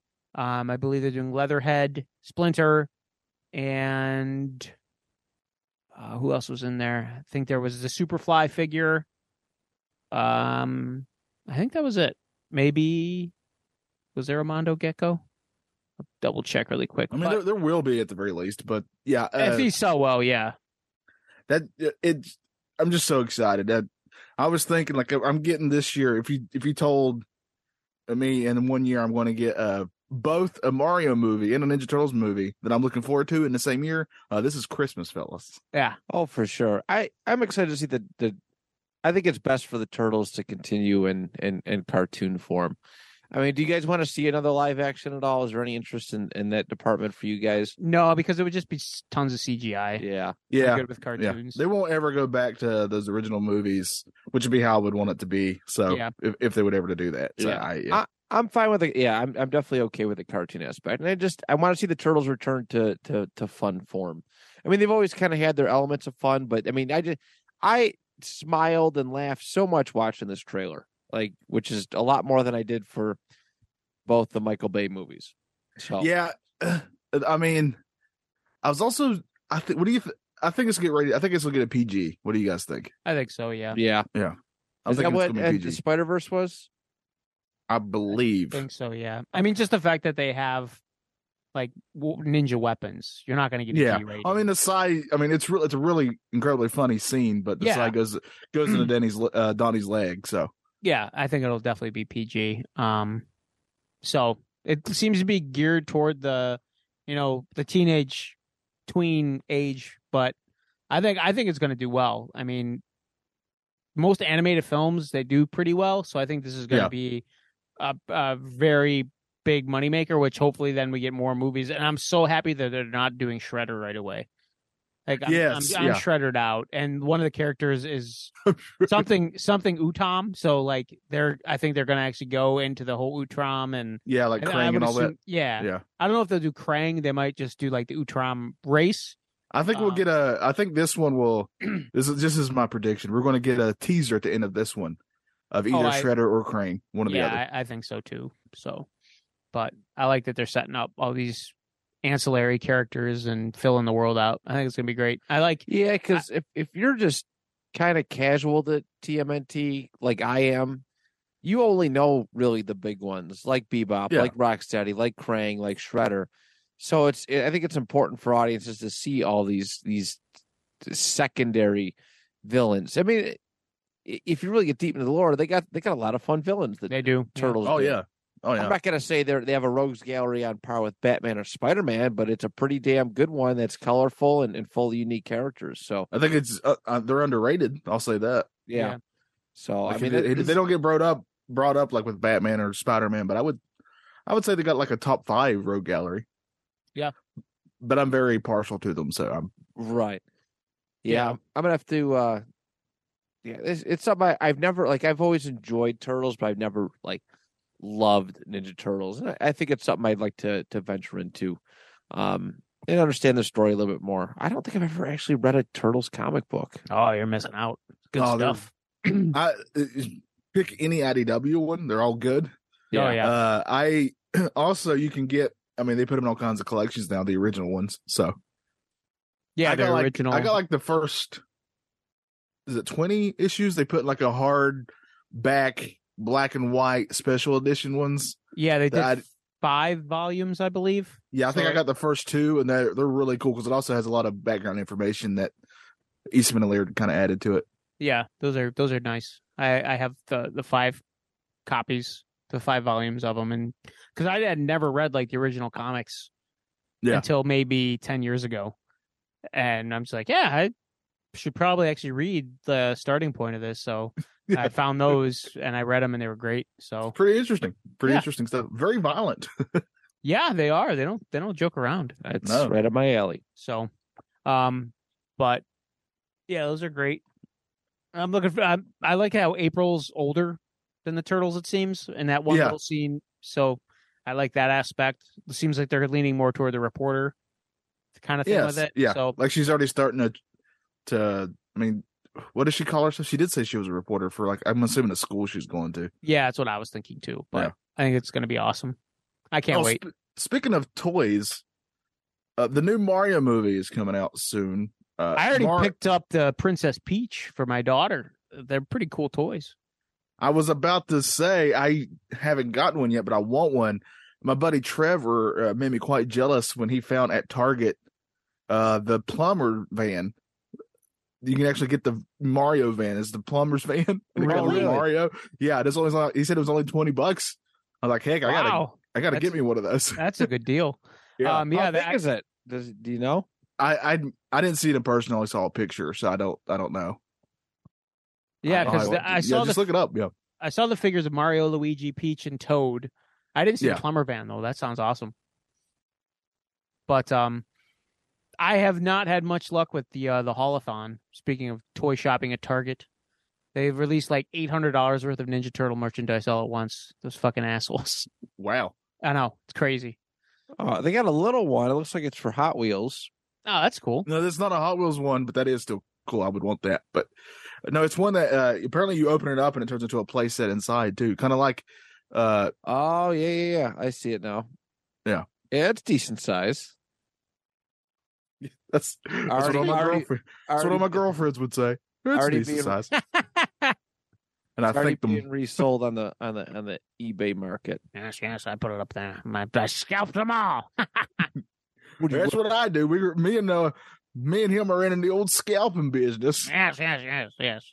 Speaker 2: Um, I believe they're doing Leatherhead, Splinter, and uh, who else was in there? I think there was the Superfly figure. Um, I think that was it. Maybe was there a Mondo Gecko? I'll double check really quick.
Speaker 1: I mean,
Speaker 2: but-
Speaker 1: there, there will be at the very least, but yeah,
Speaker 2: if
Speaker 1: uh,
Speaker 2: he's so well, yeah.
Speaker 1: that uh, it. I'm just so excited that I was thinking like I'm getting this year. If you if you told me in one year I'm going to get uh both a Mario movie and a Ninja Turtles movie that I'm looking forward to in the same year, uh, this is Christmas, fellas.
Speaker 3: Oh, for sure. I I'm excited to see the the. I think it's best for the turtles to continue in in in cartoon form. I mean, do you guys want to see another live action at all? Is there any interest in in that department for you guys?
Speaker 2: No, because it would just be s- tons of CGI.
Speaker 3: Yeah.
Speaker 2: I'm
Speaker 1: Yeah,
Speaker 2: good with cartoons.
Speaker 1: They won't ever go back to those original movies, which would be how I would want it to be. So
Speaker 2: Yeah.
Speaker 1: if, if they would ever to do that, so
Speaker 3: Yeah.
Speaker 1: I, yeah.
Speaker 3: I'm fine with it. Yeah, I'm I'm definitely okay with the cartoon aspect, and I just I want to see the turtles return to to to fun form. I mean, they've always kind of had their elements of fun, but I mean, I just I smiled and laughed so much watching this trailer, like which is a lot more than I did for both the Michael Bay movies.
Speaker 2: Oh.
Speaker 3: So
Speaker 1: yeah. I mean, I was also. I think. What do you? Th- I think it's get ready. I think it's gonna get a PG. What do you guys think?
Speaker 2: I think so, yeah.
Speaker 3: yeah.
Speaker 1: I'm
Speaker 3: Is that
Speaker 1: thinking
Speaker 3: what
Speaker 1: it's gonna be
Speaker 3: the
Speaker 1: PG.
Speaker 3: Spider Verse was?
Speaker 1: I believe.
Speaker 2: think so. Yeah. I mean, just the fact that they have like w- ninja weapons, you're not going to get a
Speaker 1: Yeah.
Speaker 2: G rating.
Speaker 1: I mean the side. I mean it's real. It's a really incredibly funny scene, but the
Speaker 2: Yeah.
Speaker 1: side goes goes into Danny's le- uh, Donnie's leg. So
Speaker 2: yeah, I think it'll definitely be PG. Um, so it seems to be geared toward the, you know, the teenage, tween age, but I think I think it's going to do well. I mean, most animated films they do pretty well, so I think this is going to
Speaker 1: Yeah.
Speaker 2: be a, a very big moneymaker. Which hopefully then we get more movies, and I'm so happy that they're not doing Shredder right away. Like I'm,
Speaker 1: Yes,
Speaker 2: I'm, I'm
Speaker 1: yeah.
Speaker 2: shredded out, and one of the characters is something something Utom. So like they're I think they're gonna actually go into the whole Utram and
Speaker 1: Yeah, like
Speaker 2: I
Speaker 1: Krang
Speaker 2: would
Speaker 1: and all
Speaker 2: assume- Yeah.
Speaker 1: that. Yeah.
Speaker 2: I don't know if they'll do Krang. They might just do like the Utram race.
Speaker 1: I think we'll
Speaker 2: Um,
Speaker 1: get a. I think this one will. This is this is my prediction. We're going to get a teaser at the end of this one, of either
Speaker 2: Oh, I-
Speaker 1: Shredder or Crane, one or the other.
Speaker 2: yeah, I, I think so too. So, but I like that they're setting up all these ancillary characters and filling the world out. I think it's gonna be great. I like
Speaker 3: Yeah, because if, if you're just kind of casual to TMNT like I am, you only know really the big ones like Bebop,
Speaker 1: Yeah.
Speaker 3: like Rocksteady, like Krang, like Shredder. So it's I think it's important for audiences to see all these these secondary villains. I mean, i- if you really get deep into the lore, they got they got a lot of fun villains. The
Speaker 2: they do Yeah.
Speaker 3: Turtles.
Speaker 1: Oh
Speaker 3: do.
Speaker 1: yeah. Oh yeah.
Speaker 3: I'm not gonna say they they have a rogues gallery on par with Batman or Spider Man, but it's a pretty damn good one that's colorful and, and full of unique characters. So
Speaker 1: I think it's uh, uh, they're underrated. I'll say that.
Speaker 3: yeah.
Speaker 2: Yeah.
Speaker 3: So
Speaker 1: Like,
Speaker 3: I mean,
Speaker 1: they,
Speaker 3: that-
Speaker 1: they
Speaker 3: this-
Speaker 1: don't get brought up brought up like with Batman or Spider Man, but I would I would say they got like a top five rogue gallery.
Speaker 2: Yeah.
Speaker 1: But I'm very partial to them, so I'm
Speaker 3: right. Yeah, I'm- I'm gonna have to. uh Yeah, it's, it's something I, I've never like. I've always enjoyed turtles, but I've never like loved Ninja Turtles, and I, I think it's something I'd like to to venture into. Um and understand the story a little bit more. I don't think I've ever actually read a Turtles comic book.
Speaker 2: Oh, you're missing out. Good
Speaker 1: Oh, they're-
Speaker 2: stuff.
Speaker 1: I pick any IDW one; they're all good.
Speaker 2: Oh yeah.
Speaker 1: Uh, I also you can get. I mean, they put them in all kinds of collections now. The original ones. So
Speaker 2: yeah,
Speaker 1: I
Speaker 2: the
Speaker 1: got like,
Speaker 2: original.
Speaker 1: I got like the first. Is it twenty issues? They put like a hard back black and white special edition ones.
Speaker 2: yeah, they did
Speaker 1: that I'd-
Speaker 2: five volumes, I believe.
Speaker 1: Yeah, I think I
Speaker 2: So-
Speaker 1: got the first two, and they're they're really cool because it also has a lot of background information that Eastman and Laird kind of added to it.
Speaker 2: Yeah, those are those are nice. I I have the the five copies, the five volumes of them, and because I had never read like the original comics
Speaker 1: Yeah.
Speaker 2: until maybe ten years ago, and I'm just like, yeah, I should probably actually read the starting point of this. So I found those and I read them, and they were great. So
Speaker 1: Pretty interesting. Pretty
Speaker 2: Yeah.
Speaker 1: interesting stuff. Very violent.
Speaker 2: yeah, they are. They don't they don't joke around.
Speaker 3: That's
Speaker 1: No.
Speaker 3: right up my alley.
Speaker 2: So, um, but yeah, those are great. I'm looking for. I, I like how April's older than the turtles. It seems in that one
Speaker 1: Yeah.
Speaker 2: little scene. So I like that aspect. It seems like they're leaning more toward the reporter kind of thing
Speaker 1: Yes,
Speaker 2: with it.
Speaker 1: yeah.
Speaker 2: So
Speaker 1: like she's already starting to to i mean what does she call herself she did say she was a reporter for like i'm assuming a school she's going to
Speaker 2: yeah, that's what I was thinking too. But
Speaker 1: Yeah.
Speaker 2: I think it's going to be awesome. I can't
Speaker 1: Oh,
Speaker 2: wait.
Speaker 1: sp- speaking of toys uh, the new mario movie is coming out soon uh,
Speaker 2: I already
Speaker 1: Mar-
Speaker 2: picked up the Princess Peach for my daughter. They're pretty cool toys.
Speaker 1: i was about to say i haven't gotten one yet but i want one my buddy trevor uh, made me quite jealous when he found at target uh, the plumber van you can actually get the Mario van. It's the plumber's van. And it got
Speaker 2: Really?
Speaker 1: Mario. Yeah, it is only. He said it was only twenty bucks. I was like, heck, I gotta,
Speaker 2: wow,
Speaker 1: I gotta
Speaker 2: That's-
Speaker 1: get me one of those.
Speaker 2: that's a good deal.
Speaker 1: Yeah.
Speaker 2: Um, yeah,
Speaker 3: How
Speaker 2: that-
Speaker 3: big is it? Does do you know?
Speaker 1: I, I, I didn't see it in person. I only saw a picture, so I don't, I don't know.
Speaker 2: yeah,
Speaker 1: Oh,
Speaker 2: because
Speaker 1: don't-
Speaker 2: I
Speaker 1: yeah,
Speaker 2: saw the
Speaker 1: just look it up. Yeah,
Speaker 2: I saw the figures of Mario, Luigi, Peach, and Toad. I didn't see
Speaker 1: Yeah.
Speaker 2: the plumber van though. That sounds awesome. But um, I have not had much luck with the uh, the holothon. Speaking of toy shopping at Target, they've released like eight hundred dollars worth of Ninja Turtle merchandise all at once. Those fucking assholes.
Speaker 1: wow.
Speaker 2: I know it's crazy.
Speaker 3: Oh, they got a little one. It looks like it's for Hot Wheels.
Speaker 2: Oh, that's cool.
Speaker 1: No, that's not a Hot Wheels one, but that is still cool. I would want that. But no, it's one that uh, apparently you open it up and it turns into a playset inside too, kind of like uh,
Speaker 3: Oh yeah, yeah, yeah. I see it now.
Speaker 1: Yeah.
Speaker 3: yeah, it's decent size.
Speaker 1: That's, that's
Speaker 3: Already-
Speaker 1: what all my
Speaker 3: already-
Speaker 1: girlfriend, that's what all my girlfriends would say. It's
Speaker 3: already
Speaker 1: decent
Speaker 3: being-
Speaker 1: size. And I
Speaker 3: It's already
Speaker 1: think them.
Speaker 3: being resold on the on the on the eBay market.
Speaker 2: Yes, yes, I put it up there. My, I scalped them all.
Speaker 1: That's what I do. We, were- me and uh, me and him are in the old scalping business.
Speaker 2: yes, yes, yes, yes.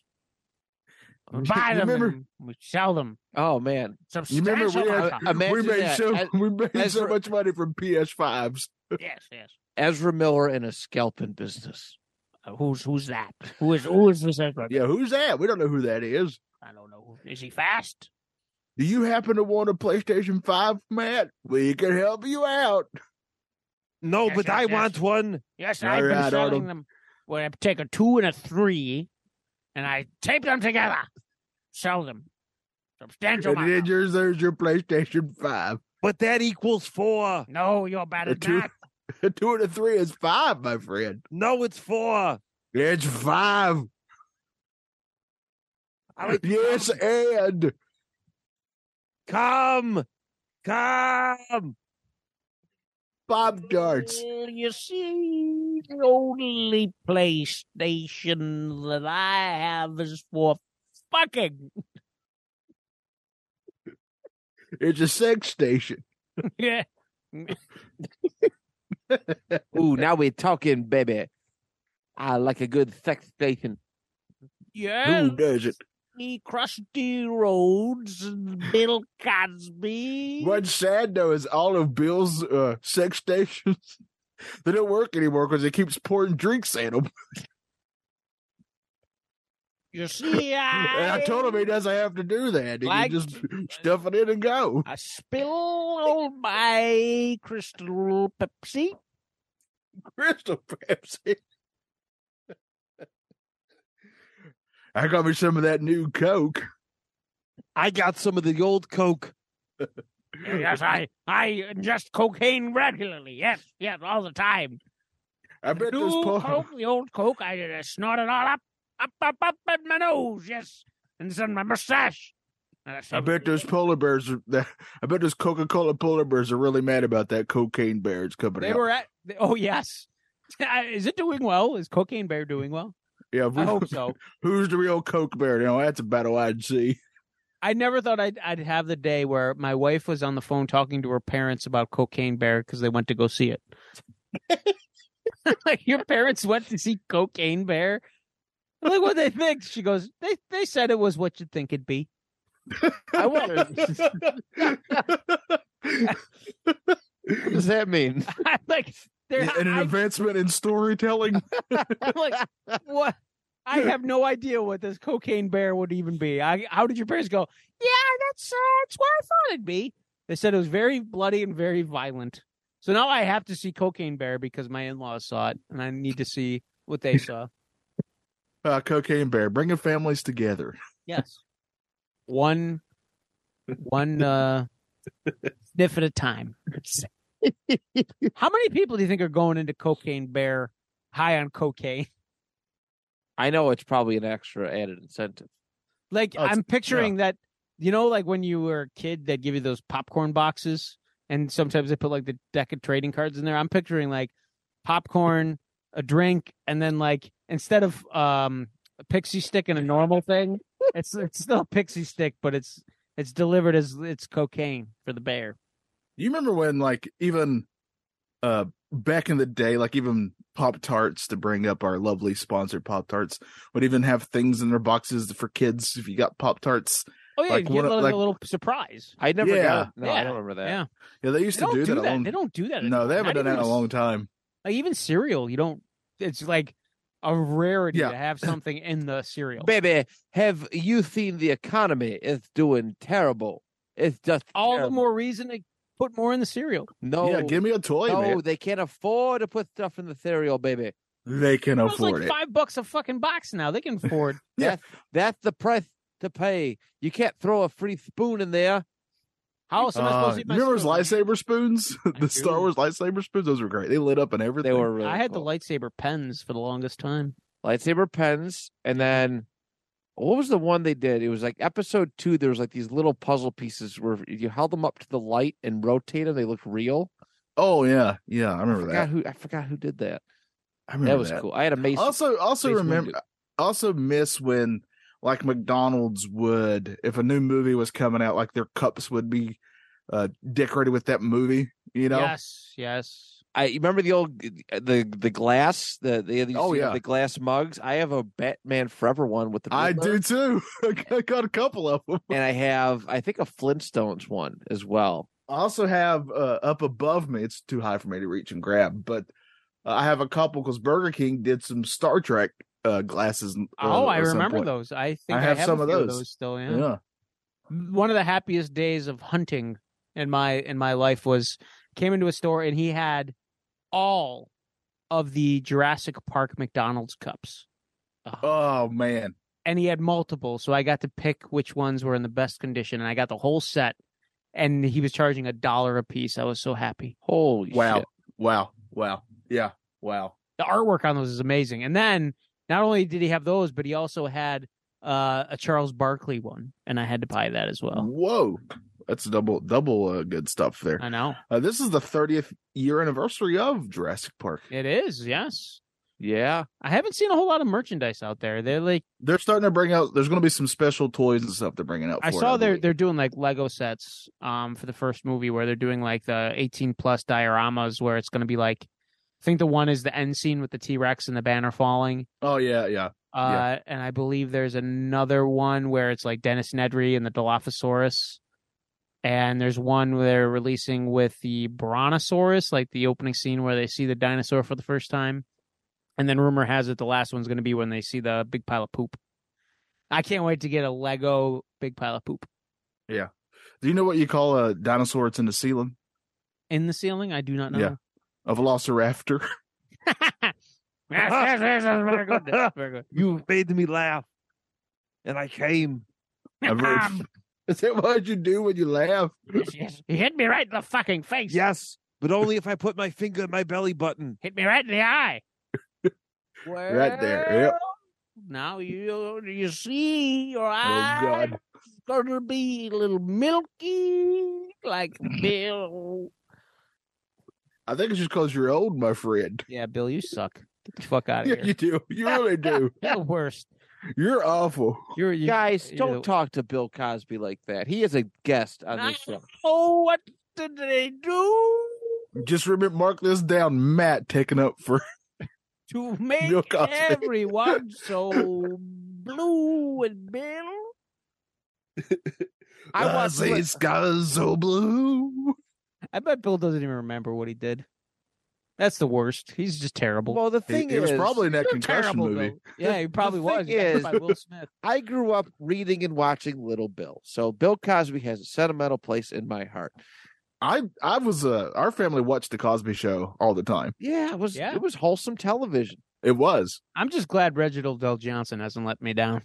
Speaker 2: We buy
Speaker 1: Oh, You
Speaker 2: them.
Speaker 1: remember-
Speaker 2: and we sell them.
Speaker 3: Oh man,
Speaker 1: You remember we
Speaker 2: Substantial
Speaker 1: had,
Speaker 2: amount.
Speaker 3: Imagine
Speaker 1: we made
Speaker 3: that.
Speaker 1: so
Speaker 3: As-
Speaker 1: we made
Speaker 3: as
Speaker 1: so
Speaker 3: for-
Speaker 1: much money from PS5s.
Speaker 2: yes, yes.
Speaker 3: Ezra Miller in a scalping business.
Speaker 2: Uh, who's who's that? Who is who is this? Edward?
Speaker 1: Yeah, who's that? We don't know who that is.
Speaker 2: I don't know. Is he fast?
Speaker 1: Do you happen to want a PlayStation 5, Matt? We can help you out.
Speaker 3: No,
Speaker 2: Yes, but yes, I yes. want
Speaker 3: one.
Speaker 2: Yes,
Speaker 1: All
Speaker 2: I've been
Speaker 1: right,
Speaker 2: selling
Speaker 1: Arnold.
Speaker 2: them. where I take a two and a three, and I tape them together, sell them. Substantial.
Speaker 1: And then
Speaker 2: amount.
Speaker 1: yours, there's your PlayStation 5.
Speaker 3: But that equals four.
Speaker 2: No, you're better
Speaker 1: A two-
Speaker 2: not.
Speaker 1: A two and a three is five, my friend.
Speaker 3: No, it's four.
Speaker 1: It's five.
Speaker 3: Oh,
Speaker 1: yes, and
Speaker 3: Come, come.
Speaker 1: Bob Darts.
Speaker 5: Well, you see, the only PlayStation that I have is for fucking.
Speaker 1: It's a sex station.
Speaker 2: Yeah.
Speaker 3: Ooh, now we're talking, baby. I like a good sex station.
Speaker 2: Yeah.
Speaker 1: does it?
Speaker 5: Me, Krusty Rhodes and Bill Cosby.
Speaker 1: What's sad though is all of Bill's uh, sex stations they don't work anymore because he keeps pouring drinks at them.
Speaker 5: You see,
Speaker 1: And
Speaker 5: I,
Speaker 1: I told him he doesn't have to do that. He
Speaker 5: Like-
Speaker 1: can just stuff it in and go.
Speaker 5: I spill all my crystal Pepsi.
Speaker 1: Crystal Pepsi. I got me some of that new Coke.
Speaker 3: I got some of the old Coke.
Speaker 2: yes, I I ingest cocaine regularly. Yes, yes, all the time.
Speaker 1: I bet this
Speaker 2: New
Speaker 1: Paul.
Speaker 2: coke, the old coke. I uh, snort it all up, up, up, up in my nose. Yes, and it's in my mustache. And
Speaker 1: I bet those polar bears. Are, I bet those Coca Cola polar bears are really mad about that cocaine bear that's coming
Speaker 2: They
Speaker 1: out.
Speaker 2: were at. they- Oh yes. Is it doing well? Is Cocaine Bear doing well?
Speaker 1: yeah,
Speaker 2: I
Speaker 1: who-
Speaker 2: hope so.
Speaker 1: Who's the real Coke bear? Now that's a battle I'd see.
Speaker 2: I never thought I'd, I'd have the day where my wife was on the phone talking to her parents about Cocaine Bear because they went to go see it. like your parents went to see Cocaine Bear. Look what they think. She goes, they they said it was what you'd think it'd be.
Speaker 3: I wonder, what does that mean?
Speaker 2: I'm like, they're,
Speaker 1: And an advancement in storytelling.
Speaker 2: I'm like, what? I have no idea what this cocaine bear would even be. I, how did your parents go? Yeah, that's uh, that's what I thought it'd be. They said it was very bloody and very violent. So now I have to see Cocaine Bear because my in-laws saw it, and I need to see what they saw.
Speaker 1: Uh, cocaine bear, bringing families together.
Speaker 2: Yes, one, one uh, sniff at a time. How many people do you think are going into Cocaine Bear high on cocaine?
Speaker 3: I know it's probably an extra added incentive.
Speaker 2: Like
Speaker 1: Oh, it's-
Speaker 2: I'm picturing that, you know, like when you were a kid, they'd give you those popcorn boxes, and sometimes they put like the deck of trading cards in there. I'm picturing like popcorn, a drink, and then like instead of um a pixie stick and a normal thing, it's it's still a pixie stick, but it's it's delivered as it's cocaine for the bear.
Speaker 1: You remember when, like, even uh back in the day, like even Pop Tarts, to bring up our lovely sponsor, Pop Tarts, would even have things in their boxes for kids. If you got Pop Tarts,
Speaker 2: Oh yeah,
Speaker 1: Like,
Speaker 2: you get
Speaker 1: what-
Speaker 2: like,
Speaker 1: like-
Speaker 2: a little surprise.
Speaker 3: I never
Speaker 1: Yeah.
Speaker 3: got No, I
Speaker 2: Yeah.
Speaker 3: don't remember that.
Speaker 2: Yeah,
Speaker 1: yeah, they
Speaker 2: they
Speaker 1: used to
Speaker 2: don't
Speaker 1: do,
Speaker 2: do
Speaker 1: that.
Speaker 2: that.
Speaker 1: a long,
Speaker 2: They don't do that.
Speaker 1: no, they
Speaker 2: anymore.
Speaker 1: haven't
Speaker 2: Not
Speaker 1: done that in
Speaker 2: even
Speaker 1: a
Speaker 2: s-
Speaker 1: long time.
Speaker 2: Like even cereal, you don't. It's like a rarity
Speaker 1: Yeah.
Speaker 2: to have something in the cereal.
Speaker 3: Baby, have you seen the economy? It's doing terrible. It's just
Speaker 2: all the
Speaker 3: terrible.
Speaker 2: more reason to put more in the cereal.
Speaker 3: No,
Speaker 1: yeah, give me a toy,
Speaker 3: no,
Speaker 1: man.
Speaker 3: they can't afford to put stuff in the cereal, baby.
Speaker 1: They can
Speaker 2: It's like
Speaker 1: afford it.
Speaker 2: five bucks a fucking box now. They can afford.
Speaker 1: Yeah.
Speaker 3: That's that's the price to pay. You can't throw a free spoon in there.
Speaker 2: How else am I supposed
Speaker 1: Uh,
Speaker 2: to eat my
Speaker 1: remember those
Speaker 2: cereal?
Speaker 1: lightsaber spoons? the Star
Speaker 2: do.
Speaker 1: Wars lightsaber spoons? Those were great. They lit up and everything.
Speaker 3: They were really
Speaker 2: I had
Speaker 3: cool.
Speaker 2: the lightsaber pens for the longest time.
Speaker 3: lightsaber pens, and then what was the one they did? It was like episode two. There was like these little puzzle pieces where you held them up to the light and rotate them. They looked real.
Speaker 1: Oh yeah, yeah. I
Speaker 3: I
Speaker 1: remember
Speaker 3: forgot
Speaker 1: that.
Speaker 3: who I forgot who did that.
Speaker 1: I remember
Speaker 3: that was cool. I had a mace.
Speaker 1: Also, also
Speaker 3: Mace
Speaker 1: remember,
Speaker 3: Windu.
Speaker 1: also miss when like McDonald's would, if a new movie was coming out, like their cups would be uh decorated with that movie. You know,
Speaker 2: Yes, yes.
Speaker 3: I you remember the old the the glass the the these,
Speaker 1: Oh,
Speaker 3: you know,
Speaker 1: yeah.
Speaker 3: the glass mugs. I have a Batman Forever one with the
Speaker 1: I do
Speaker 3: Riddler,
Speaker 1: too. I got a couple of them.
Speaker 3: and I have I think a Flintstones one as well.
Speaker 1: I also have uh, up above me. It's too high for me to reach and grab, but uh, I have a couple because Burger King did some Star Trek uh, glasses. uh,
Speaker 2: Oh, I
Speaker 1: at some
Speaker 2: remember
Speaker 1: point.
Speaker 2: those. I think
Speaker 1: have
Speaker 2: a
Speaker 1: some of
Speaker 2: few
Speaker 1: those.
Speaker 2: still. Yeah.
Speaker 1: Yeah.
Speaker 2: One of the happiest days of hunting in my in my life was came into a store and he had all of the Jurassic Park McDonald's cups.
Speaker 1: Oh man,
Speaker 2: and he had multiple, so I got to pick which ones were in the best condition, and I got the whole set. And he was charging a dollar a piece. I was so happy.
Speaker 3: Holy
Speaker 1: wow,
Speaker 3: shit.
Speaker 1: wow, wow, yeah, wow.
Speaker 2: The artwork on those is amazing. And then not only did he have those, but he also had uh, a Charles Barkley one, and I had to buy that as well.
Speaker 1: Whoa, that's double double uh, good stuff there.
Speaker 2: I know
Speaker 1: Uh, this is the 30th year anniversary of Jurassic Park.
Speaker 2: it is. Yes,
Speaker 3: Yeah.
Speaker 2: I haven't seen a whole lot of merchandise out there. They're like
Speaker 1: They're starting to bring out. There's going to be some special toys and stuff they're bringing out. For
Speaker 2: I
Speaker 1: it,
Speaker 2: saw they're
Speaker 1: believe.
Speaker 2: they're doing like Lego sets um for the first movie where they're doing like the 18 plus dioramas where it's going to be like I think the one is the end scene with the T-Rex and the banner falling.
Speaker 1: Oh yeah, yeah.
Speaker 2: Uh and I believe there's another one where it's like Dennis Nedry and the Dilophosaurus. And there's one where they're releasing with the Brontosaurus, like the opening scene where they see the dinosaur for the first time. And then rumor has it the last one's going to be when they see the big pile of poop. I can't wait to get a Lego big pile of poop.
Speaker 1: Do you know what you call a dinosaur that's in the ceiling?
Speaker 2: in the ceiling? I do not know.
Speaker 1: Yeah. A velociraptor.
Speaker 2: Yes, yes, yes, yes, very good. That's Very good.
Speaker 3: You made me laugh. And I came.
Speaker 1: A ver- Is that what you do when you laugh?
Speaker 2: Yes, yes. He hit me right in the fucking face.
Speaker 3: Yes. But only if I put my finger in my belly button.
Speaker 2: Hit me right in the eye.
Speaker 1: Right there, yep.
Speaker 2: Well, Now you you see your
Speaker 1: Oh,
Speaker 2: eyes
Speaker 1: God.
Speaker 2: gonna be a little milky like Bill.
Speaker 1: I think it's just because you're old, my friend.
Speaker 2: Yeah, Bill, you suck. Get the fuck out of
Speaker 1: Yeah,
Speaker 2: here.
Speaker 1: you do. You really do.
Speaker 2: You're the worst.
Speaker 1: You're awful.
Speaker 2: You're you,
Speaker 3: Guys,
Speaker 2: you're
Speaker 3: don't
Speaker 2: the-
Speaker 3: talk to Bill Cosby like that. He is a guest on this
Speaker 2: No.
Speaker 3: show.
Speaker 2: Oh, what did they do
Speaker 1: Just remember, mark this down. Matt taking up for
Speaker 2: to make
Speaker 1: Bill Cosby.
Speaker 2: everyone so blue and Bill?
Speaker 3: I
Speaker 1: I
Speaker 3: watched
Speaker 1: see skies so blue.
Speaker 2: I bet Bill doesn't even remember what he did. That's the worst. He's just terrible.
Speaker 3: Well, the
Speaker 1: He,
Speaker 3: thing
Speaker 1: he
Speaker 3: is,
Speaker 1: was probably in that
Speaker 2: You're
Speaker 1: concussion
Speaker 2: terrible,
Speaker 1: movie.
Speaker 2: Bill. Yeah, he probably
Speaker 3: the
Speaker 2: was.
Speaker 3: thing
Speaker 2: He got hit
Speaker 3: is-
Speaker 2: by Will Smith.
Speaker 3: I grew up reading and watching Little Bill, so Bill Cosby has a sentimental place in my heart.
Speaker 1: I I was uh our family watched the Cosby Show all the time.
Speaker 3: Yeah, it was
Speaker 2: Yeah.
Speaker 3: it was wholesome television.
Speaker 1: It was.
Speaker 2: I'm just glad Reginald Del Johnson hasn't let me down.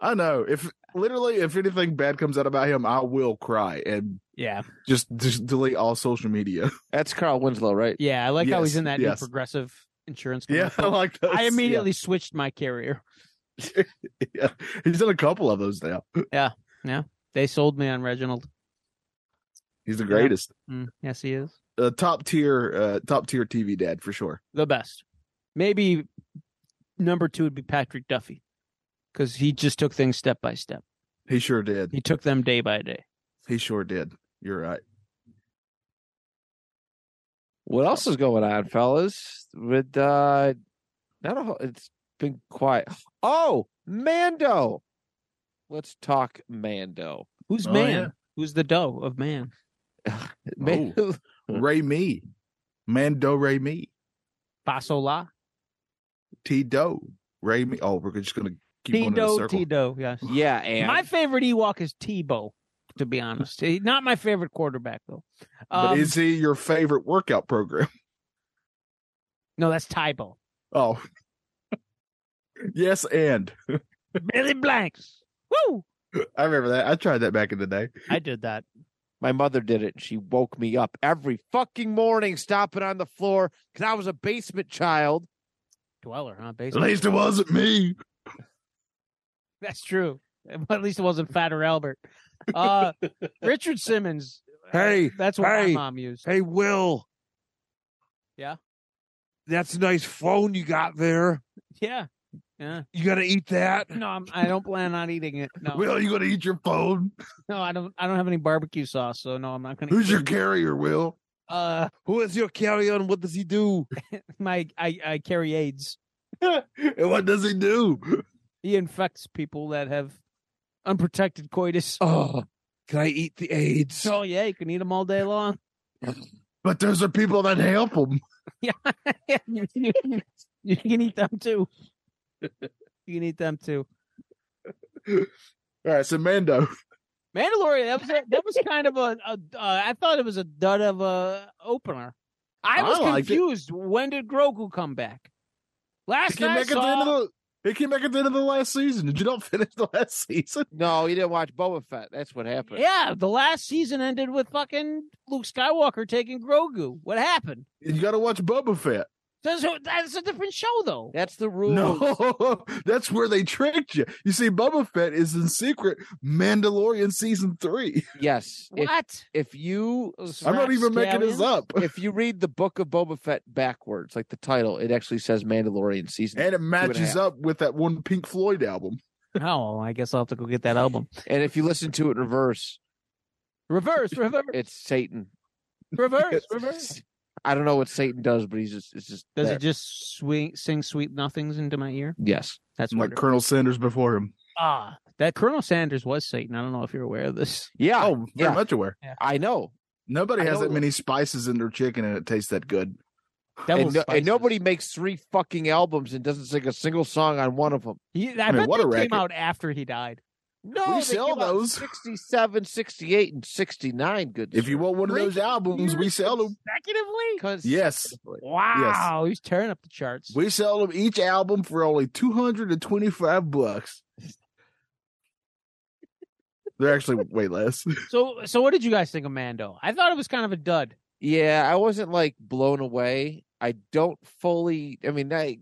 Speaker 1: I know. If literally if anything bad comes out about him, I will cry and
Speaker 2: Yeah,
Speaker 1: just just delete all social media.
Speaker 3: That's Carl Winslow, right?
Speaker 2: yeah. I like how he's
Speaker 1: Yes,
Speaker 2: in that
Speaker 1: yes.
Speaker 2: new progressive insurance.
Speaker 1: yeah, I
Speaker 2: commercial.
Speaker 1: like those.
Speaker 2: I
Speaker 1: Yeah.
Speaker 2: immediately switched my carrier.
Speaker 1: Yeah. He's done a couple of those now.
Speaker 2: They sold me on Reginald.
Speaker 1: He's the greatest.
Speaker 2: Mm, yes, he is
Speaker 1: Uh, top tier uh top tier TV dad for sure.
Speaker 2: the best. Maybe number two would be Patrick Duffy because he just took things step by step.
Speaker 1: He sure did.
Speaker 2: He took them day by day.
Speaker 1: He sure did. You're right.
Speaker 3: What else is going on, fellas? With uh, not a whole, it's been quiet. Oh, Mando. Let's talk Mando.
Speaker 2: Who's
Speaker 1: Oh,
Speaker 2: man?
Speaker 1: yeah.
Speaker 2: Who's the dough of man?
Speaker 3: Man-
Speaker 1: Ray Me. Mando Ray Me.
Speaker 2: Basola.
Speaker 1: T Do. Ray Me. Oh, we're just gonna keep going in a
Speaker 2: Tito,
Speaker 1: circle.
Speaker 2: Tito, yes.
Speaker 3: yeah, and
Speaker 2: My favorite Ewok is Tebow, to be honest. He's not my favorite quarterback though.
Speaker 1: But
Speaker 2: Um,
Speaker 1: is he your favorite workout program?
Speaker 2: no, that's Tybo.
Speaker 1: Oh. yes, and
Speaker 2: Billy Blanks. Woo!
Speaker 1: I remember that. I tried that back in the day.
Speaker 2: I did that.
Speaker 3: My mother did it. and She woke me up every fucking morning, stomping on the floor because I was a basement child.
Speaker 2: Dweller, huh?
Speaker 1: At
Speaker 2: Basically.
Speaker 1: least it wasn't me.
Speaker 2: That's true. But at least it wasn't Fatter Albert. Uh, Richard Simmons.
Speaker 3: Hey,
Speaker 2: That's what my
Speaker 3: hey.
Speaker 2: mom used.
Speaker 3: hey, Will.
Speaker 2: Yeah?
Speaker 3: That's a nice phone you got there.
Speaker 2: Yeah. Yeah.
Speaker 3: You got to eat that.
Speaker 2: No, I'm, I don't plan on eating it. No,
Speaker 1: Will, you gonna eat your phone?
Speaker 2: no, I don't. I don't have any barbecue sauce, so no, I'm not going to.
Speaker 1: Who's your carrier, Will?
Speaker 2: Uh,
Speaker 3: Who is your carry on? What does he do?
Speaker 2: my I, I carry AIDS.
Speaker 1: and what does he do?
Speaker 2: He infects people that have unprotected coitus.
Speaker 3: Oh, can I eat the AIDS?
Speaker 2: Oh yeah, you can eat them all day long.
Speaker 1: But those are people that help him.
Speaker 2: you, you- you can eat them too. You can eat them too.
Speaker 1: All right, so Mando.
Speaker 2: Mandalorian. That was a, that was kind of a, a uh, I thought it was a dud of a opener. I was
Speaker 1: I liked it.
Speaker 2: confused. When did Grogu come back?
Speaker 1: He
Speaker 2: Last
Speaker 1: came
Speaker 2: I
Speaker 1: back at the end of
Speaker 2: saw,
Speaker 1: the. He came back at the end of the last season. Did you not finish the last season?
Speaker 3: No, you didn't watch Boba Fett. That's what happened.
Speaker 2: yeah, the last season ended with fucking Luke Skywalker taking Grogu. What happened?
Speaker 1: You got to watch Boba Fett.
Speaker 2: That's, that's a different show, though.
Speaker 3: That's the rule.
Speaker 1: No, that's where they tricked you. You see, Boba Fett is in secret Mandalorian season three.
Speaker 3: Yes. If,
Speaker 2: What?
Speaker 3: if you
Speaker 1: I'm not even making this up.
Speaker 3: if you read the book of Boba Fett backwards, like the title, it actually says Mandalorian season.
Speaker 1: And it matches
Speaker 3: half.
Speaker 1: up with that one Pink Floyd album.
Speaker 2: oh, I guess I'll have to go get that album.
Speaker 3: and if you listen to it in reverse,
Speaker 2: Reverse, reverse,
Speaker 3: it's Satan.
Speaker 2: reverse, reverse.
Speaker 3: I don't know what Satan does, but he's just it's just
Speaker 2: Does
Speaker 3: there.
Speaker 2: it just swing, sing sweet nothings into my ear?
Speaker 3: Yes.
Speaker 2: That's
Speaker 1: Like
Speaker 2: what.
Speaker 1: Colonel Sanders before him.
Speaker 2: Ah, that Colonel Sanders was Satan. I don't know if you're aware of this.
Speaker 3: Yeah.
Speaker 1: Oh, very
Speaker 3: Ah, yeah.
Speaker 1: much aware.
Speaker 3: I know.
Speaker 1: Nobody
Speaker 3: I
Speaker 1: has
Speaker 3: know
Speaker 1: that
Speaker 3: it-
Speaker 1: many spices in their chicken and it tastes that good.
Speaker 2: Devil
Speaker 3: And, no- and
Speaker 2: Spices.
Speaker 3: nobody makes three fucking albums and doesn't sing a single song on one of them.
Speaker 2: He, I,
Speaker 1: I mean,
Speaker 2: bet
Speaker 1: what a
Speaker 2: they came
Speaker 1: racket.
Speaker 2: out after he died.
Speaker 3: No,
Speaker 1: We
Speaker 3: they
Speaker 1: sell
Speaker 3: came out in
Speaker 1: those.
Speaker 3: 67, 68, and 69. Good.
Speaker 1: If you
Speaker 3: sir.
Speaker 1: want one of those
Speaker 2: Three
Speaker 1: albums, we
Speaker 2: years
Speaker 1: sell them.
Speaker 2: consecutively.
Speaker 1: Yes.
Speaker 2: Wow, he's tearing up the charts.
Speaker 1: We sell them each album for only 225 bucks. They're actually way less.
Speaker 2: so, so what did you guys think of Mando? I thought it was kind of a dud.
Speaker 3: Yeah, I wasn't like blown away. I don't fully. I mean, I,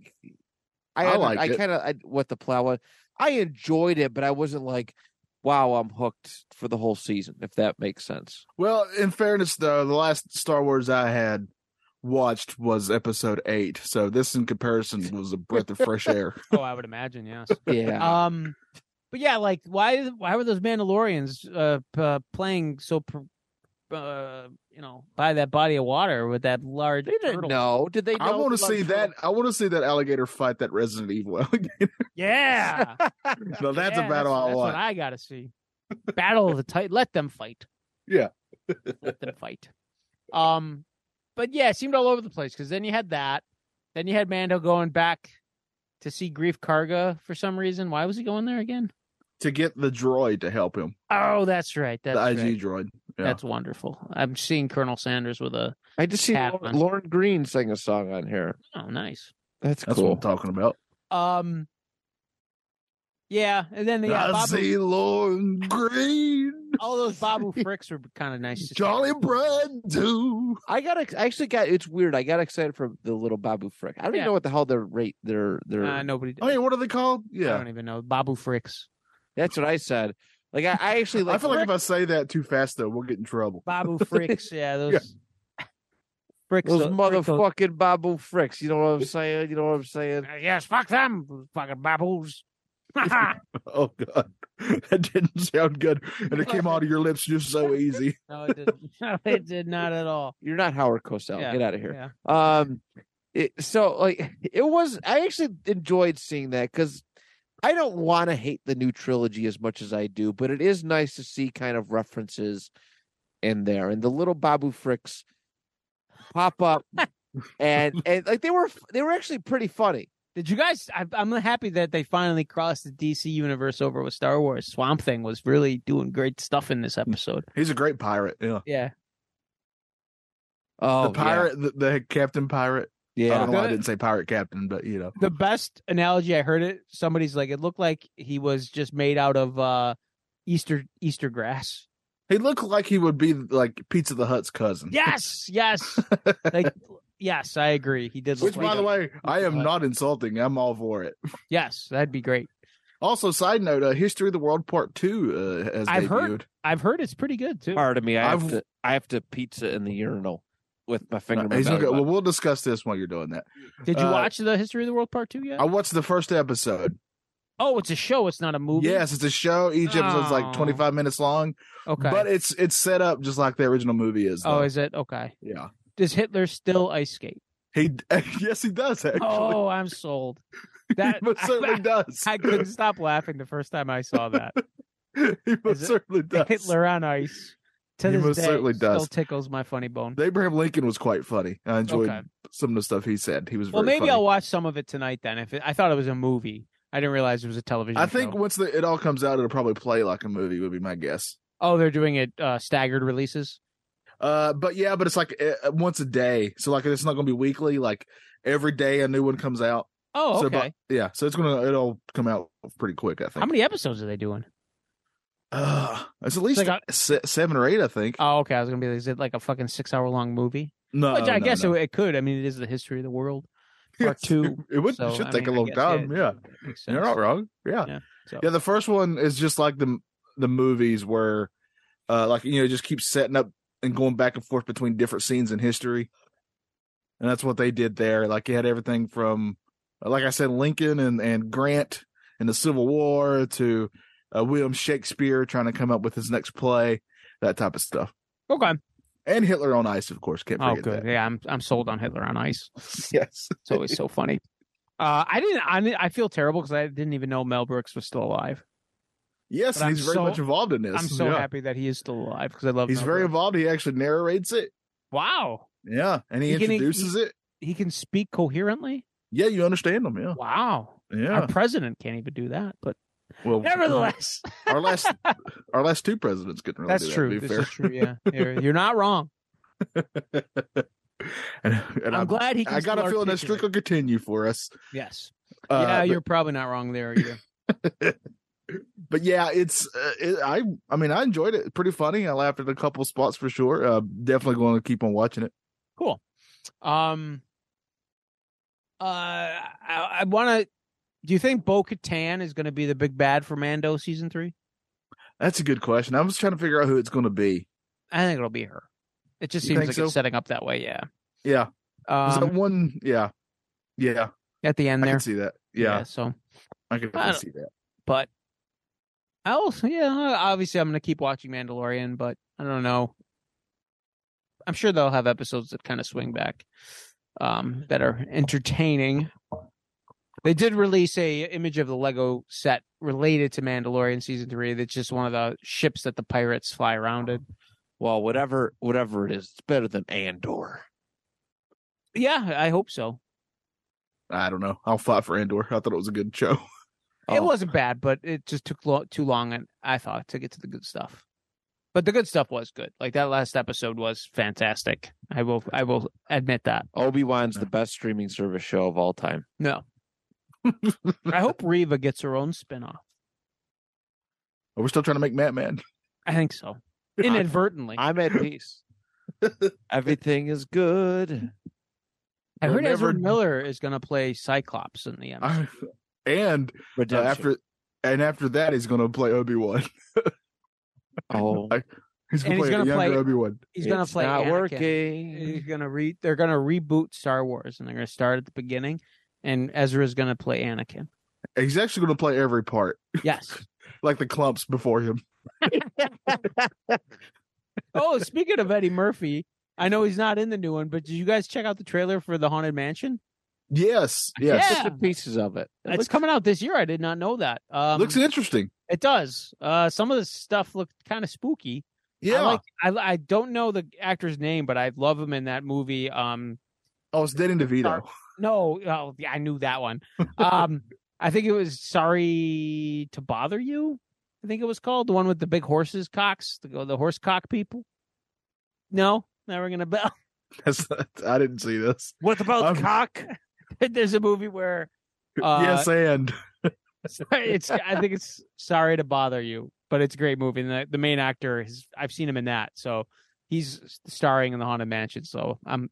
Speaker 1: I
Speaker 3: I, had a-
Speaker 1: liked
Speaker 3: I
Speaker 1: it.
Speaker 3: kind of I, what the plow was. I enjoyed it, but I wasn't like, wow, I'm hooked for the whole season. If that makes sense.
Speaker 1: Well, in fairness, though, the last Star Wars I had watched was episode eight. So this, in comparison, was a breath of fresh air.
Speaker 2: Oh, I would imagine, yes.
Speaker 3: Yeah.
Speaker 2: Um, but yeah, like why why were those Mandalorians uh, p- playing so, pr- uh, you know, by that body of water with that large?
Speaker 3: they didn't
Speaker 2: turtle?
Speaker 3: know. Did they? Know
Speaker 1: I want to
Speaker 3: about
Speaker 1: see that.
Speaker 3: turtle?
Speaker 1: I want to see that alligator fight that Resident Evil alligator.
Speaker 2: Yeah,
Speaker 1: now that's a
Speaker 2: Yeah,
Speaker 1: battle
Speaker 2: that's,
Speaker 1: I
Speaker 2: that's
Speaker 1: want.
Speaker 2: What I gotta see. Battle of the tight. Let them fight.
Speaker 1: Yeah.
Speaker 2: let them fight. Um, but yeah, it seemed all over the place because then you had that, then you had Mando going back to see Grief Karga for some reason. Why was he going there again?
Speaker 1: to get the droid to help him,
Speaker 2: Oh, that's right. That's
Speaker 1: the IG
Speaker 2: right.
Speaker 1: droid. Yeah.
Speaker 2: That's wonderful. I'm seeing Colonel Sanders with a
Speaker 3: I just see
Speaker 2: Cat
Speaker 3: Lauren,
Speaker 2: one.
Speaker 3: Lauren Green sing a song on here.
Speaker 2: oh, nice.
Speaker 3: That's
Speaker 1: That's
Speaker 3: cool.
Speaker 1: what I'm talking about.
Speaker 2: Um. Yeah, and then yeah,
Speaker 1: I
Speaker 2: Babu,
Speaker 1: see Lauren Green,
Speaker 2: all those Babu Fricks were kind of nice. to see.
Speaker 1: Charlie Brown too.
Speaker 3: I got. ex- I actually got. It's weird. I got excited for the little Babu Frick. I don't
Speaker 2: Yeah.
Speaker 3: even know what the hell their rate. Their their.
Speaker 2: Uh, nobody. Did.
Speaker 1: Oh yeah, what are they called?
Speaker 2: I
Speaker 1: Yeah,
Speaker 2: don't even know Babu Fricks.
Speaker 3: That's what I said. Like I, I actually like.
Speaker 1: I feel like if I say that too fast, though, we'll get in trouble.
Speaker 2: Babu Fricks. Yeah, those
Speaker 1: Yeah.
Speaker 2: Fricks.
Speaker 3: Those
Speaker 2: uh, Fricko-
Speaker 3: motherfucking Babu Fricks. You know what I'm saying? You know what I'm saying?
Speaker 2: Uh, yes, fuck them, those fucking Babus. no,
Speaker 1: Oh god, that didn't sound good, and it came out of your lips just so easy.
Speaker 2: it didn't. No, it did not at all.
Speaker 3: You're not Howard Cosell.
Speaker 2: Yeah,
Speaker 3: Get out of here.
Speaker 2: Yeah.
Speaker 3: Um, it, so like it was. I actually enjoyed seeing that because I don't want to hate the new trilogy as much as I do, but it is nice to see kind of references in there and the little Babu Fricks pop up and and like they were they were actually pretty funny.
Speaker 2: Did you guys? I, I'm happy that they finally crossed the DC universe over with Star Wars. Swamp Thing was really doing great stuff in this episode.
Speaker 1: He's a great pirate. Yeah,
Speaker 2: Yeah, Oh,
Speaker 3: Oh,
Speaker 1: the pirate, uh, the, the captain pirate. I
Speaker 3: Yeah.
Speaker 1: don't know why I didn't say pirate captain, but you know,
Speaker 2: the best analogy I heard it somebody's like it looked like he was just made out of uh Easter Easter grass.
Speaker 1: he looked like he would be like Pizza the Hut's cousin.
Speaker 2: Yes, yes. like yes, I agree. He did
Speaker 1: Which,
Speaker 2: look
Speaker 1: by
Speaker 2: like
Speaker 1: the
Speaker 2: him.
Speaker 1: way, I
Speaker 2: the
Speaker 1: am
Speaker 2: Hut.
Speaker 1: not insulting. I'm all for it.
Speaker 2: Yes, that'd be great.
Speaker 1: Also, side note: uh, History of the World Part Two uh, has
Speaker 2: I've
Speaker 1: debuted.
Speaker 2: heard- I've heard it's pretty good too.
Speaker 3: Pardon me. I have
Speaker 1: I've-
Speaker 3: to. I have to pizza in the urinal with my finger.
Speaker 1: No,
Speaker 3: in my
Speaker 1: he's
Speaker 3: belly
Speaker 1: okay.
Speaker 3: button.
Speaker 1: Well, we'll discuss this while you're doing that.
Speaker 2: Did you
Speaker 1: uh,
Speaker 2: watch the History of the World Part Two yet?
Speaker 1: I watched the first episode.
Speaker 2: oh, it's a show. It's not a movie.
Speaker 1: Yes, it's a show. Each episode's
Speaker 2: Oh.
Speaker 1: like 25 minutes long,
Speaker 2: Okay.
Speaker 1: but it's it's set up just like the original movie is.
Speaker 2: oh,
Speaker 1: though.
Speaker 2: is it okay?
Speaker 1: yeah.
Speaker 2: Does Hitler still ice skate?
Speaker 1: He yes, he does actually.
Speaker 2: Oh, I'm sold.
Speaker 1: he
Speaker 2: That
Speaker 1: most certainly does.
Speaker 2: I couldn't stop laughing the first time I saw that.
Speaker 1: he most
Speaker 2: it-
Speaker 1: certainly does.
Speaker 2: Hitler on ice. To
Speaker 1: He
Speaker 2: this
Speaker 1: most
Speaker 2: day,
Speaker 1: certainly does.
Speaker 2: still tickles my funny bone.
Speaker 1: Abraham Lincoln was quite funny. I enjoyed
Speaker 2: Okay.
Speaker 1: some of the stuff he said. He was
Speaker 2: Well,
Speaker 1: very
Speaker 2: maybe I'll
Speaker 1: funny.
Speaker 2: watch some of it tonight. Then, if it, I thought it was a movie, I didn't realize it was a television.
Speaker 1: I think
Speaker 2: show.
Speaker 1: once the, it all comes out, it'll probably play like a movie. Would be my guess.
Speaker 2: Oh, they're doing it uh, staggered releases.
Speaker 1: Uh, but yeah, but it's like uh, once a day, so like it's not gonna be weekly. Like every day, a new one comes out.
Speaker 2: Oh,
Speaker 1: So,
Speaker 2: okay.
Speaker 1: but- yeah, so it's gonna it'll come out pretty quick. I think.
Speaker 2: How many episodes are they doing?
Speaker 1: Uh, it's at least
Speaker 2: like
Speaker 1: se- seven or eight. I think.
Speaker 2: Oh, okay. I was gonna be like, is it like a fucking six hour long movie?
Speaker 1: no,
Speaker 2: Which I
Speaker 1: no,
Speaker 2: guess
Speaker 1: no.
Speaker 2: It, it could. I mean, it is the history of the world.
Speaker 1: Yes,
Speaker 2: Part two.
Speaker 1: It would
Speaker 2: So,
Speaker 1: should
Speaker 2: I
Speaker 1: take
Speaker 2: mean,
Speaker 1: a
Speaker 2: I
Speaker 1: long
Speaker 2: guess,
Speaker 1: time. Yeah,
Speaker 2: it makes
Speaker 1: you're
Speaker 2: sense.
Speaker 1: not wrong. Yeah,
Speaker 2: Yeah,
Speaker 1: yeah.
Speaker 2: so.
Speaker 1: The first one is just like the the movies where, uh, like you know, just keep setting up and going back and forth between different scenes in history, and that's what they did there. Like you had everything from, like I said, Lincoln and and Grant and the Civil War to uh, William Shakespeare trying to come up with his next play, that type of stuff,
Speaker 2: Okay.
Speaker 1: and Hitler on Ice, of course. Can't
Speaker 2: Oh,
Speaker 1: forget
Speaker 2: good. Yeah, I'm I'm sold on Hitler on Ice.
Speaker 1: that. Yes.
Speaker 2: It's always so funny. Uh, I didn't. I didn't- I feel terrible because I didn't even know Mel Brooks was still alive.
Speaker 1: Yes,
Speaker 2: But
Speaker 1: and
Speaker 2: I'm
Speaker 1: he's very
Speaker 2: so-
Speaker 1: much involved in this.
Speaker 2: I'm so
Speaker 1: Yeah.
Speaker 2: happy that he is still alive because I love.
Speaker 1: He's
Speaker 2: Mel
Speaker 1: very
Speaker 2: Brooks.
Speaker 1: involved. He actually narrates it.
Speaker 2: Wow.
Speaker 1: Yeah, and he,
Speaker 2: He can- he-
Speaker 1: introduces it.
Speaker 2: He can speak coherently.
Speaker 1: Yeah, you understand him. Yeah,
Speaker 2: Wow.
Speaker 1: yeah.
Speaker 2: Our president can't even do that, but
Speaker 1: well,
Speaker 2: nevertheless,
Speaker 1: our last our last two presidents couldn't really
Speaker 2: that's
Speaker 1: do that,
Speaker 2: true.
Speaker 1: To be
Speaker 2: This
Speaker 1: fair.
Speaker 2: is true. Yeah, you're, you're not wrong.
Speaker 1: and, and
Speaker 2: I'm,
Speaker 1: I'm-
Speaker 2: glad he. Can
Speaker 1: I got
Speaker 2: still
Speaker 1: a feeling that streak
Speaker 2: articulate.
Speaker 1: will continue for us.
Speaker 2: Yes.
Speaker 1: Uh,
Speaker 2: yeah,
Speaker 1: but-
Speaker 2: you're probably not wrong there either.
Speaker 1: but yeah, it's uh, it, I I mean I enjoyed it. Pretty funny. I laughed at a couple spots for sure. Uh, definitely going to keep on watching it.
Speaker 2: cool. Um. Uh, I, I want to. Do you think Bo Katan is going to be the big bad for Mando season three?
Speaker 1: That's a good question. I was trying to figure out who it's going to be.
Speaker 2: I think it'll be her. It just
Speaker 1: You
Speaker 2: seems
Speaker 1: think
Speaker 2: like
Speaker 1: so?
Speaker 2: it's setting up that way. Yeah.
Speaker 1: Yeah, Is that
Speaker 2: Um,
Speaker 1: one. Yeah, yeah.
Speaker 2: at the end
Speaker 1: I
Speaker 2: there.
Speaker 1: can see that. Yeah,
Speaker 2: So,
Speaker 1: I can
Speaker 2: I don't-
Speaker 1: see that.
Speaker 2: but I also yeah. Obviously, I'm going to keep watching Mandalorian, but I don't know. I'm sure they'll have episodes that kind of swing back, um, that are entertaining. They did release a image of the Lego set related to Mandalorian season three. That's just one of the ships that the pirates fly around in.
Speaker 3: Well, whatever, whatever it is, it's better than Andor.
Speaker 2: Yeah, I hope so.
Speaker 1: I don't know. I'll fight for Andor. I thought it was a good show.
Speaker 2: It
Speaker 3: Oh.
Speaker 2: wasn't bad, but it just took lo- too long, and I thought to get to the good stuff. But the good stuff was good. Like that last episode was fantastic. I will, I will admit that.
Speaker 3: Obi Wan's the best streaming service show of all time.
Speaker 2: No, I hope Reva gets her own spinoff.
Speaker 1: We're still trying to make Matt mad.
Speaker 2: I think so.
Speaker 3: I-
Speaker 2: Inadvertently, I,
Speaker 3: I'm at peace. Everything is good.
Speaker 1: We'll
Speaker 2: heard Ezra
Speaker 1: never-
Speaker 2: Miller is going to play Cyclops in the end.
Speaker 1: I- and uh,
Speaker 3: Redemption.
Speaker 1: after and after that, he's gonna play Obi Wan.
Speaker 3: oh,
Speaker 1: I- He's gonna
Speaker 2: And
Speaker 1: play
Speaker 2: he's gonna
Speaker 1: a younger
Speaker 2: play-
Speaker 1: Obi Wan.
Speaker 2: He's going to
Speaker 3: it's
Speaker 2: play
Speaker 3: Not
Speaker 2: Anakin. He's
Speaker 3: working.
Speaker 2: going to re. They're going to reboot Star Wars, and they're going to start at the beginning. And Ezra is going to play Anakin.
Speaker 1: He's actually gonna play every part,
Speaker 2: Yes.
Speaker 1: like the clumps before him.
Speaker 2: oh, speaking of Eddie Murphy, I know he's not in the new one, but did you guys check out the trailer for the Haunted Mansion?
Speaker 1: Yes, yes.
Speaker 2: Yeah.
Speaker 3: Bits and pieces of it. It
Speaker 2: it's
Speaker 3: looks-
Speaker 2: coming out this year. I did not know that. Um,
Speaker 1: Looks interesting.
Speaker 2: it does. Uh, some of the stuff looked kind of spooky.
Speaker 1: Yeah.
Speaker 2: I, like, I I don't know the actor's name, but I love him in that movie. Um,
Speaker 1: oh, it's Danny DeVito.
Speaker 2: no, oh, yeah, I knew that one. Um, I think it was Sorry to Bother You. I think it was called the one with the big horses cocks, the the horse cock people. No, never gonna bell.
Speaker 1: That's not, I didn't see this.
Speaker 3: What
Speaker 1: Um,
Speaker 3: about cock?
Speaker 2: There's a movie where uh,
Speaker 1: yes, and
Speaker 2: it's I think it's sorry to bother you, but it's a great movie. And the, the main actor is I've seen him in that, so he's starring in the Haunted Mansion. So I'm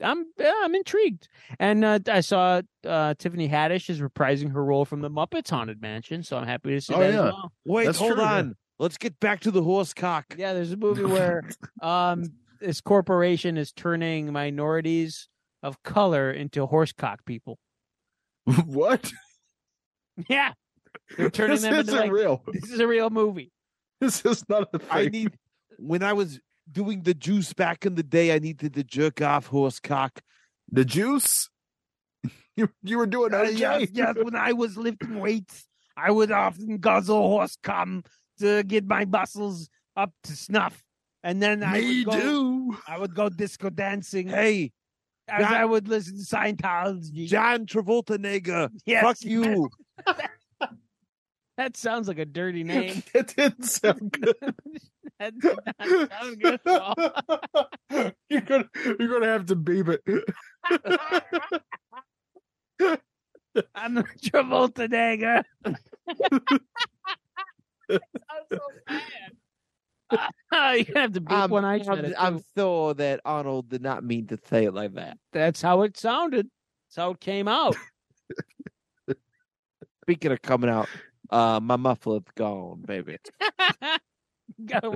Speaker 2: I'm yeah, I'm intrigued. And uh, I saw uh, Tiffany Haddish is reprising her role from the Muppets Haunted Mansion, so I'm happy to see
Speaker 1: Oh,
Speaker 2: that
Speaker 1: yeah.
Speaker 2: as well.
Speaker 3: Wait,
Speaker 1: That's
Speaker 3: hold
Speaker 1: true, yeah.
Speaker 3: on. Let's get back to the horse cock.
Speaker 2: Yeah, there's a movie where um this corporation is turning minorities of color into horsecock people.
Speaker 1: what?
Speaker 2: Yeah, they're turning
Speaker 1: This
Speaker 2: them into
Speaker 1: isn't
Speaker 2: like
Speaker 1: real.
Speaker 2: this is a real movie.
Speaker 1: This is not a thing.
Speaker 3: I need when I was doing the juice back in the day, I needed the jerk off horse cock.
Speaker 1: the juice. You you were doing
Speaker 3: Uh,
Speaker 1: OJ.
Speaker 3: yes, yes, when I was lifting weights, I would often guzzle horse cum to get my muscles up to snuff.
Speaker 2: And then I
Speaker 1: Me
Speaker 2: would go,
Speaker 1: do.
Speaker 2: I would go disco dancing
Speaker 3: Hey,
Speaker 2: as
Speaker 3: John-
Speaker 2: I would listen to Scientology.
Speaker 3: John Travolta nigger,
Speaker 2: Yes.
Speaker 3: fuck you.
Speaker 2: That sounds like a dirty name.
Speaker 1: That didn't sound good.
Speaker 2: That did not sound good at all.
Speaker 1: you're gonna you're gonna have to beep it.
Speaker 2: I'm the Travolta dagger. I'm so bad. Ah, you're gonna have to beat
Speaker 1: Um,
Speaker 3: I'm,
Speaker 2: one eye.
Speaker 3: I'm, I'm sure that Arnold did not mean to say it like that.
Speaker 2: That's how it sounded. That's how it came out.
Speaker 3: Speaking of coming out, uh, my muffler's gone, baby.
Speaker 2: Gotta-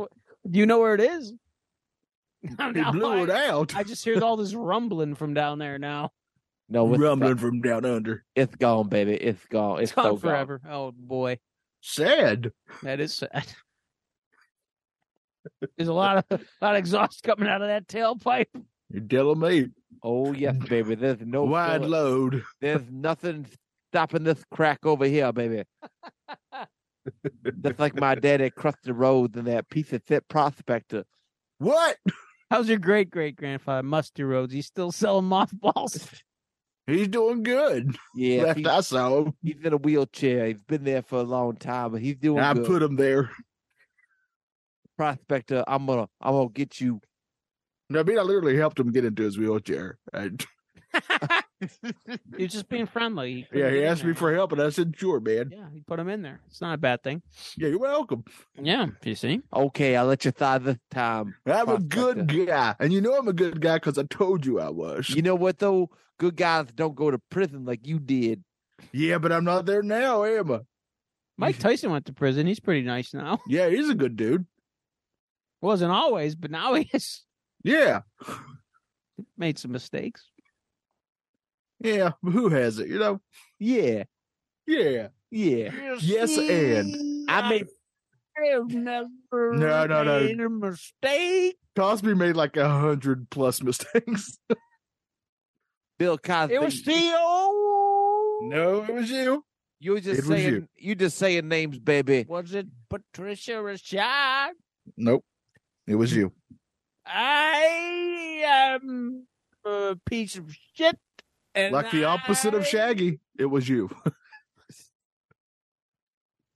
Speaker 2: Do you know where it is? No,
Speaker 1: He
Speaker 2: no,
Speaker 1: blew
Speaker 2: I,
Speaker 1: it out.
Speaker 2: I just hear all this rumbling from down there now.
Speaker 3: No, it's,
Speaker 1: Rumbling
Speaker 3: Gone.
Speaker 1: from down under.
Speaker 3: it's gone, baby. It's gone. It's,
Speaker 2: It's gone
Speaker 3: so
Speaker 2: forever. Oh boy,
Speaker 1: Sad.
Speaker 2: that is sad. There's a lot of a lot of exhaust coming out of that tailpipe.
Speaker 1: You're telling me.
Speaker 3: Oh yes, baby. There's no
Speaker 1: Wide
Speaker 3: filler.
Speaker 1: load.
Speaker 3: There's nothing stopping this crack over here, baby. That's like my daddy crossed the road and that piece of shit prospector.
Speaker 1: What?
Speaker 2: How's your great great grandfather Musty Rhodes? He's still selling mothballs.
Speaker 1: He's doing good.
Speaker 3: Yeah,
Speaker 1: Last
Speaker 3: he,
Speaker 1: I saw him.
Speaker 3: he's in a wheelchair. He's been there for a long time, but he's doing
Speaker 1: I
Speaker 3: good.
Speaker 1: put him there.
Speaker 3: prospector, uh, I'm gonna, I'm gonna get you.
Speaker 1: I mean, I literally helped him get into his wheelchair. I-
Speaker 2: You're just being friendly. He put
Speaker 1: yeah,
Speaker 2: him
Speaker 1: he
Speaker 2: in
Speaker 1: asked me
Speaker 2: there.
Speaker 1: for help, and I said, "Sure, man.
Speaker 2: Yeah, he put him in there. It's not a bad thing.
Speaker 1: Yeah, you're welcome.
Speaker 2: Yeah, you see.
Speaker 3: Okay, I'll let you thaw this time.
Speaker 1: I'm a
Speaker 3: Prospector.
Speaker 1: good guy, and you know I'm a good guy because I told you I was.
Speaker 3: You know what though? Good guys don't go to prison like you did.
Speaker 1: Yeah, but I'm not there now, am I?
Speaker 2: Mike Tyson went to prison. He's pretty nice now.
Speaker 1: Yeah, he's a good dude.
Speaker 2: Wasn't always, but now he has
Speaker 1: Yeah,
Speaker 2: made some mistakes.
Speaker 1: yeah. but Who has it? You know?
Speaker 3: Yeah,
Speaker 1: Yeah.
Speaker 3: yeah.
Speaker 1: Yes, and.
Speaker 3: I made
Speaker 5: have never
Speaker 1: No, no, no.
Speaker 5: made a mistake.
Speaker 1: Cosby made like a hundred plus mistakes.
Speaker 3: Bill Cosby.
Speaker 2: It was
Speaker 5: The old
Speaker 1: no, it was you.
Speaker 3: you were just
Speaker 1: It was you.
Speaker 3: saying you. just saying names, baby.
Speaker 5: was it Patricia Rashad?
Speaker 1: Nope, it was you.
Speaker 5: I am a piece of shit. And
Speaker 1: Like the opposite of
Speaker 5: I-
Speaker 1: Shaggy, it was you.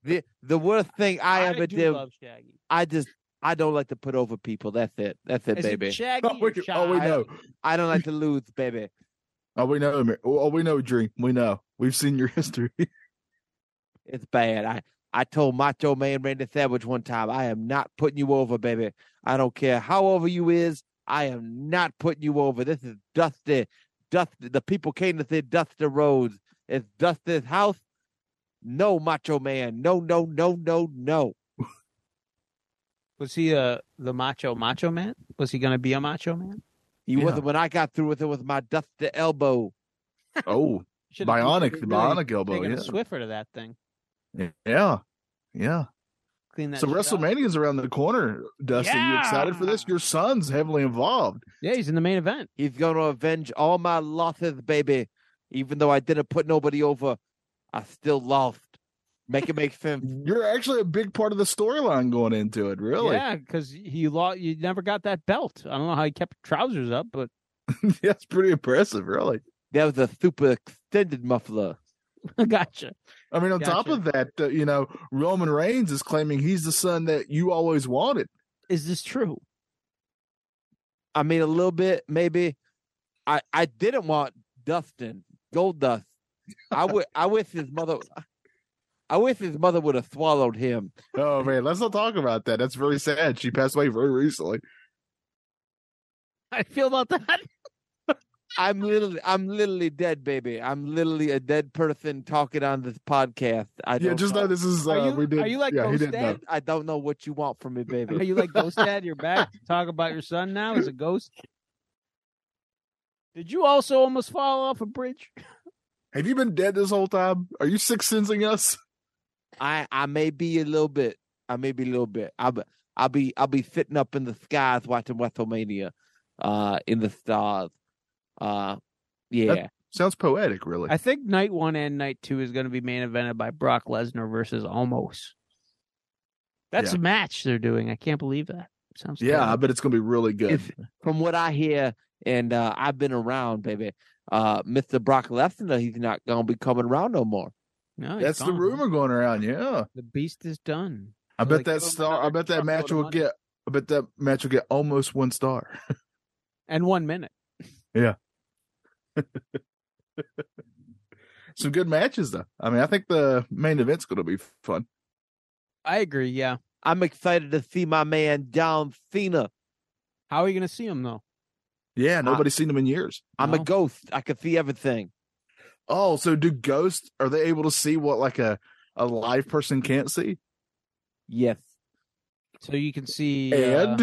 Speaker 3: The the worst thing I, ever
Speaker 2: do
Speaker 3: did,
Speaker 2: love Shaggy.
Speaker 3: I just I don't like to put over people. That's it. That's it,
Speaker 2: Is
Speaker 3: baby.
Speaker 2: it Shaggy
Speaker 1: Oh, we,
Speaker 2: or
Speaker 1: oh, we
Speaker 2: Shaggy?
Speaker 1: know.
Speaker 3: I don't like to lose, baby.
Speaker 1: Oh, we know. Amir. Oh, we know. Dream. We know. We've seen your history.
Speaker 3: It's bad. I I told Macho Man Randy Savage one time, I am not putting you over, baby. I don't care how over you is. I am not putting you over. This is Dusty. Dusty. The people came to say Dusty Rhodes. It's Dusty's house. No, Macho Man. No, no, no, no, no.
Speaker 2: Was he uh, the macho macho man? Was he going to be a macho man?
Speaker 3: He
Speaker 1: Yeah.
Speaker 3: wasn't when I got through with it with my Dusty elbow.
Speaker 1: oh,
Speaker 2: Should've
Speaker 1: bionic,
Speaker 2: really
Speaker 1: bionic elbow.
Speaker 2: taken a
Speaker 1: Yeah.
Speaker 2: Swiffer to that thing.
Speaker 1: Yeah. Yeah.
Speaker 2: Clean that.
Speaker 1: So
Speaker 2: shit up.
Speaker 1: WrestleMania is around the corner, Dustin. You excited for this?
Speaker 2: Yeah.
Speaker 1: Your son's heavily involved.
Speaker 2: Yeah, he's in the main event.
Speaker 3: He's going to avenge all my losses, baby. Even though I didn't put nobody over, I still lost. Make it make sense.
Speaker 1: You're actually a big part of the storyline going into it, really.
Speaker 2: Yeah, because he lost. You never got that belt. I don't know how he kept trousers up, but
Speaker 1: That's pretty impressive, really.
Speaker 3: That was a super extended muffler.
Speaker 2: gotcha.
Speaker 1: I mean, on top
Speaker 2: Gotcha.
Speaker 1: of that, uh, you know, Roman Reigns is claiming he's the son that you always wanted.
Speaker 2: Is this true?
Speaker 3: I mean, a little bit, maybe. I I didn't want Dustin Gold Dust. I would. I wish his mother. I wish his mother would have swallowed him.
Speaker 1: Oh man, let's not talk about that. That's very sad. She passed away very recently.
Speaker 2: I feel about that.
Speaker 3: I'm literally, I'm literally dead, baby. I'm literally a dead person talking on this podcast. I
Speaker 1: yeah,
Speaker 3: don't
Speaker 1: just know.
Speaker 3: know.
Speaker 1: this is. Uh,
Speaker 2: Are you-
Speaker 1: we did.
Speaker 2: are you like
Speaker 1: yeah, he
Speaker 2: Ghost
Speaker 1: didn't know.
Speaker 2: Dad?
Speaker 3: I don't know what you want from me,
Speaker 2: Are
Speaker 3: baby.
Speaker 2: you like Ghost Dad? You're back to talk about your son now as a ghost. Did you also almost fall off a bridge?
Speaker 1: Have you been dead this whole time? Are you six sensing us?
Speaker 3: I I may be a little bit. I may be a little bit. I'll be I'll be I'll be sitting up in the skies watching WrestleMania, uh, in the stars. Uh, yeah.
Speaker 1: Sounds poetic, really.
Speaker 2: I think night one and night two is going to be main evented by Brock Lesnar versus Almost. That's
Speaker 1: Yeah.
Speaker 2: a match they're doing. I can't believe that. Sounds
Speaker 1: yeah, I
Speaker 2: terrible.
Speaker 1: bet it's gonna be really good.
Speaker 3: If- from what I hear, and uh, I've been around, baby. Uh, Mr. Brock Lesnar, he's not gonna be coming around no more.
Speaker 2: No, he's
Speaker 1: That's the
Speaker 2: gone.
Speaker 1: rumor going around. Yeah,
Speaker 2: The beast is done.
Speaker 1: I
Speaker 2: So they
Speaker 1: bet
Speaker 2: give
Speaker 1: that
Speaker 2: him
Speaker 1: star. I
Speaker 2: another
Speaker 1: bet that
Speaker 2: truckload
Speaker 1: match
Speaker 2: of
Speaker 1: will
Speaker 2: money.
Speaker 1: get. I bet that match will get almost one star.
Speaker 2: And one minute.
Speaker 1: Some good matches though. I mean, I think the main event's going to be fun.
Speaker 2: I agree. Yeah.
Speaker 3: I'm excited to see my man John Cena.
Speaker 2: How are you going to see him though?
Speaker 1: Yeah, nobody's seen them in years.
Speaker 3: I'm a
Speaker 2: No.
Speaker 3: ghost. I can see everything.
Speaker 1: Oh, so do ghosts? Are they able to see what like a a live person can't see?
Speaker 3: Yes,
Speaker 2: So you can see. uh,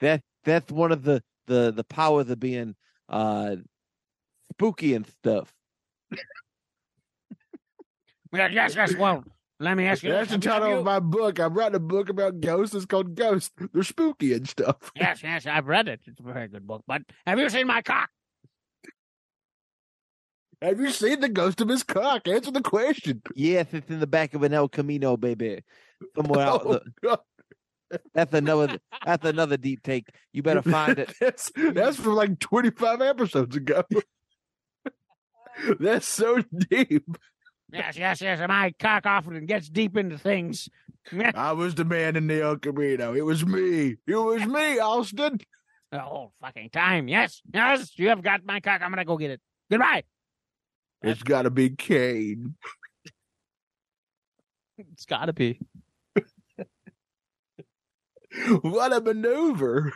Speaker 1: And
Speaker 3: that's one of the the the powers of being uh spooky and stuff.
Speaker 2: Yeah, yes, yes. Well, let me ask you.
Speaker 1: that's the
Speaker 2: this. Have
Speaker 1: title
Speaker 2: you-
Speaker 1: of my book. I'm writing a book about ghosts. It's called Ghosts. They're spooky and stuff.
Speaker 2: Yes, yes, I've read it. It's a very good book. But have you seen my cock?
Speaker 1: Have you seen the ghost of his cock? Answer the question.
Speaker 3: Yes, it's in the back of an El Camino, baby. Somewhere out.
Speaker 1: Oh,
Speaker 3: The,
Speaker 1: God.
Speaker 3: that's another. That's another deep take. You better find it.
Speaker 1: that's that's from like 25 episodes ago. that's so deep.
Speaker 2: Yes, yes, yes. And my cock often gets deep into things.
Speaker 1: I was the man in the El Camino. It was me. It was me, Austin.
Speaker 2: the whole fucking time. Yes, yes, you have got my cock. I'm gonna go get it. Goodbye.
Speaker 1: It's got to be Kane.
Speaker 2: It's gotta be.
Speaker 1: What a maneuver!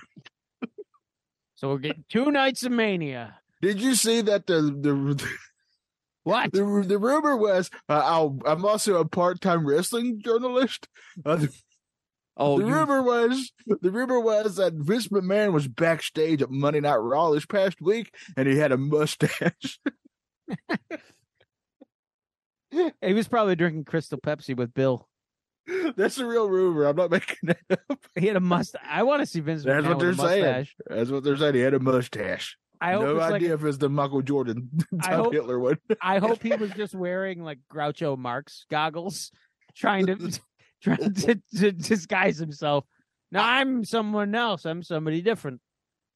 Speaker 2: So we're getting two nights of mania.
Speaker 1: Did you see that the the
Speaker 2: What?
Speaker 1: the, the rumor was? Uh, I'll, I'm also a part time wrestling journalist. Uh, the,
Speaker 3: Oh,
Speaker 1: the
Speaker 3: you,
Speaker 1: rumor was the rumor was that Vince McMahon was backstage at Monday Night Raw this past week, and he had a mustache.
Speaker 2: He was probably drinking Crystal Pepsi with Bill.
Speaker 1: That's the real rumor. I'm not making that. up.
Speaker 2: He had a mustache. I want to see Vince.
Speaker 1: That's
Speaker 2: McMahon
Speaker 1: what
Speaker 2: with a
Speaker 1: they're saying.
Speaker 2: mustache.
Speaker 1: That's what they're saying. He had a mustache.
Speaker 2: I hope.
Speaker 1: no
Speaker 2: it's
Speaker 1: idea
Speaker 2: like,
Speaker 1: if it's the Michael Jordan,
Speaker 2: I
Speaker 1: Tom
Speaker 2: hope-
Speaker 1: Hitler one.
Speaker 2: I hope he was just wearing like Groucho Marx goggles, trying to trying to, to disguise himself. Now I'm someone else. I'm somebody different.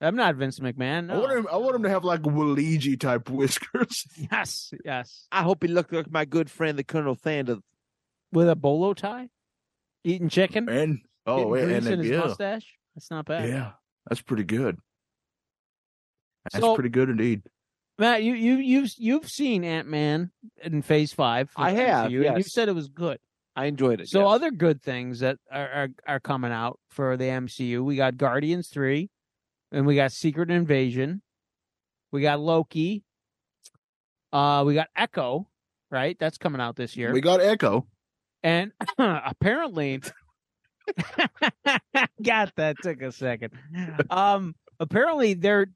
Speaker 2: I'm not Vince McMahon.
Speaker 1: I
Speaker 2: no.
Speaker 1: want him. I want him to have like Luigi type whiskers.
Speaker 2: Yes, yes.
Speaker 3: I hope he looked like my good friend, the Colonel Sanders.
Speaker 2: With a bolo tie, eating chicken.
Speaker 1: And oh,
Speaker 2: Getting
Speaker 1: and,
Speaker 2: grease in
Speaker 1: and
Speaker 2: his
Speaker 1: yeah.
Speaker 2: mustache. That's not bad.
Speaker 1: Yeah, that's pretty good. That's
Speaker 2: So-
Speaker 1: pretty good indeed.
Speaker 2: Matt, you you you've you've seen Ant Man in Phase Five. for
Speaker 3: I
Speaker 2: the
Speaker 3: have,
Speaker 2: MCU, and you
Speaker 3: yes.
Speaker 2: said it was good.
Speaker 3: I enjoyed it.
Speaker 2: So
Speaker 3: yes.
Speaker 2: other good things that are, are are coming out for the MCU. We got Guardians Three, and we got Secret Invasion. We got Loki. Uh, we got Echo. Right, that's coming out this year.
Speaker 1: We got Echo.
Speaker 2: And apparently, got that took a second. Um, apparently they're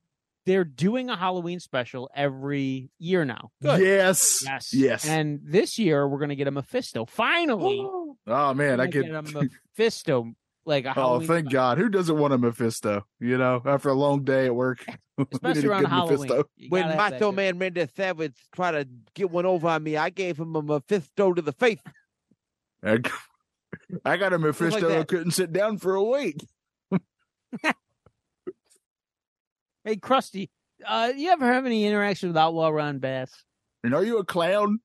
Speaker 2: they're doing a Halloween special every year now.
Speaker 1: Yes.
Speaker 2: Yes.
Speaker 1: Yes.
Speaker 2: And this year we're gonna get a Mephisto. Finally,
Speaker 1: oh man,
Speaker 2: we're
Speaker 1: I
Speaker 2: gonna get
Speaker 1: could.
Speaker 2: a Mephisto like a
Speaker 1: Oh,
Speaker 2: Halloween.
Speaker 1: thank
Speaker 2: spe-
Speaker 1: God. Who doesn't want a Mephisto? You know, after a long day at work, we need a
Speaker 2: especially around
Speaker 1: good
Speaker 2: Halloween. You
Speaker 3: when
Speaker 2: gotta have that
Speaker 3: Macho
Speaker 2: good-
Speaker 3: Man Randy Savage tried to get one over on me, I gave him a Mephisto to the face.
Speaker 1: Mephisto. I got a Mephisto
Speaker 3: that.
Speaker 1: who couldn't sit down for a week.
Speaker 2: Hey, Krusty, uh, you ever have any interaction with Outlaw Ron Bass?
Speaker 1: And are you a clown?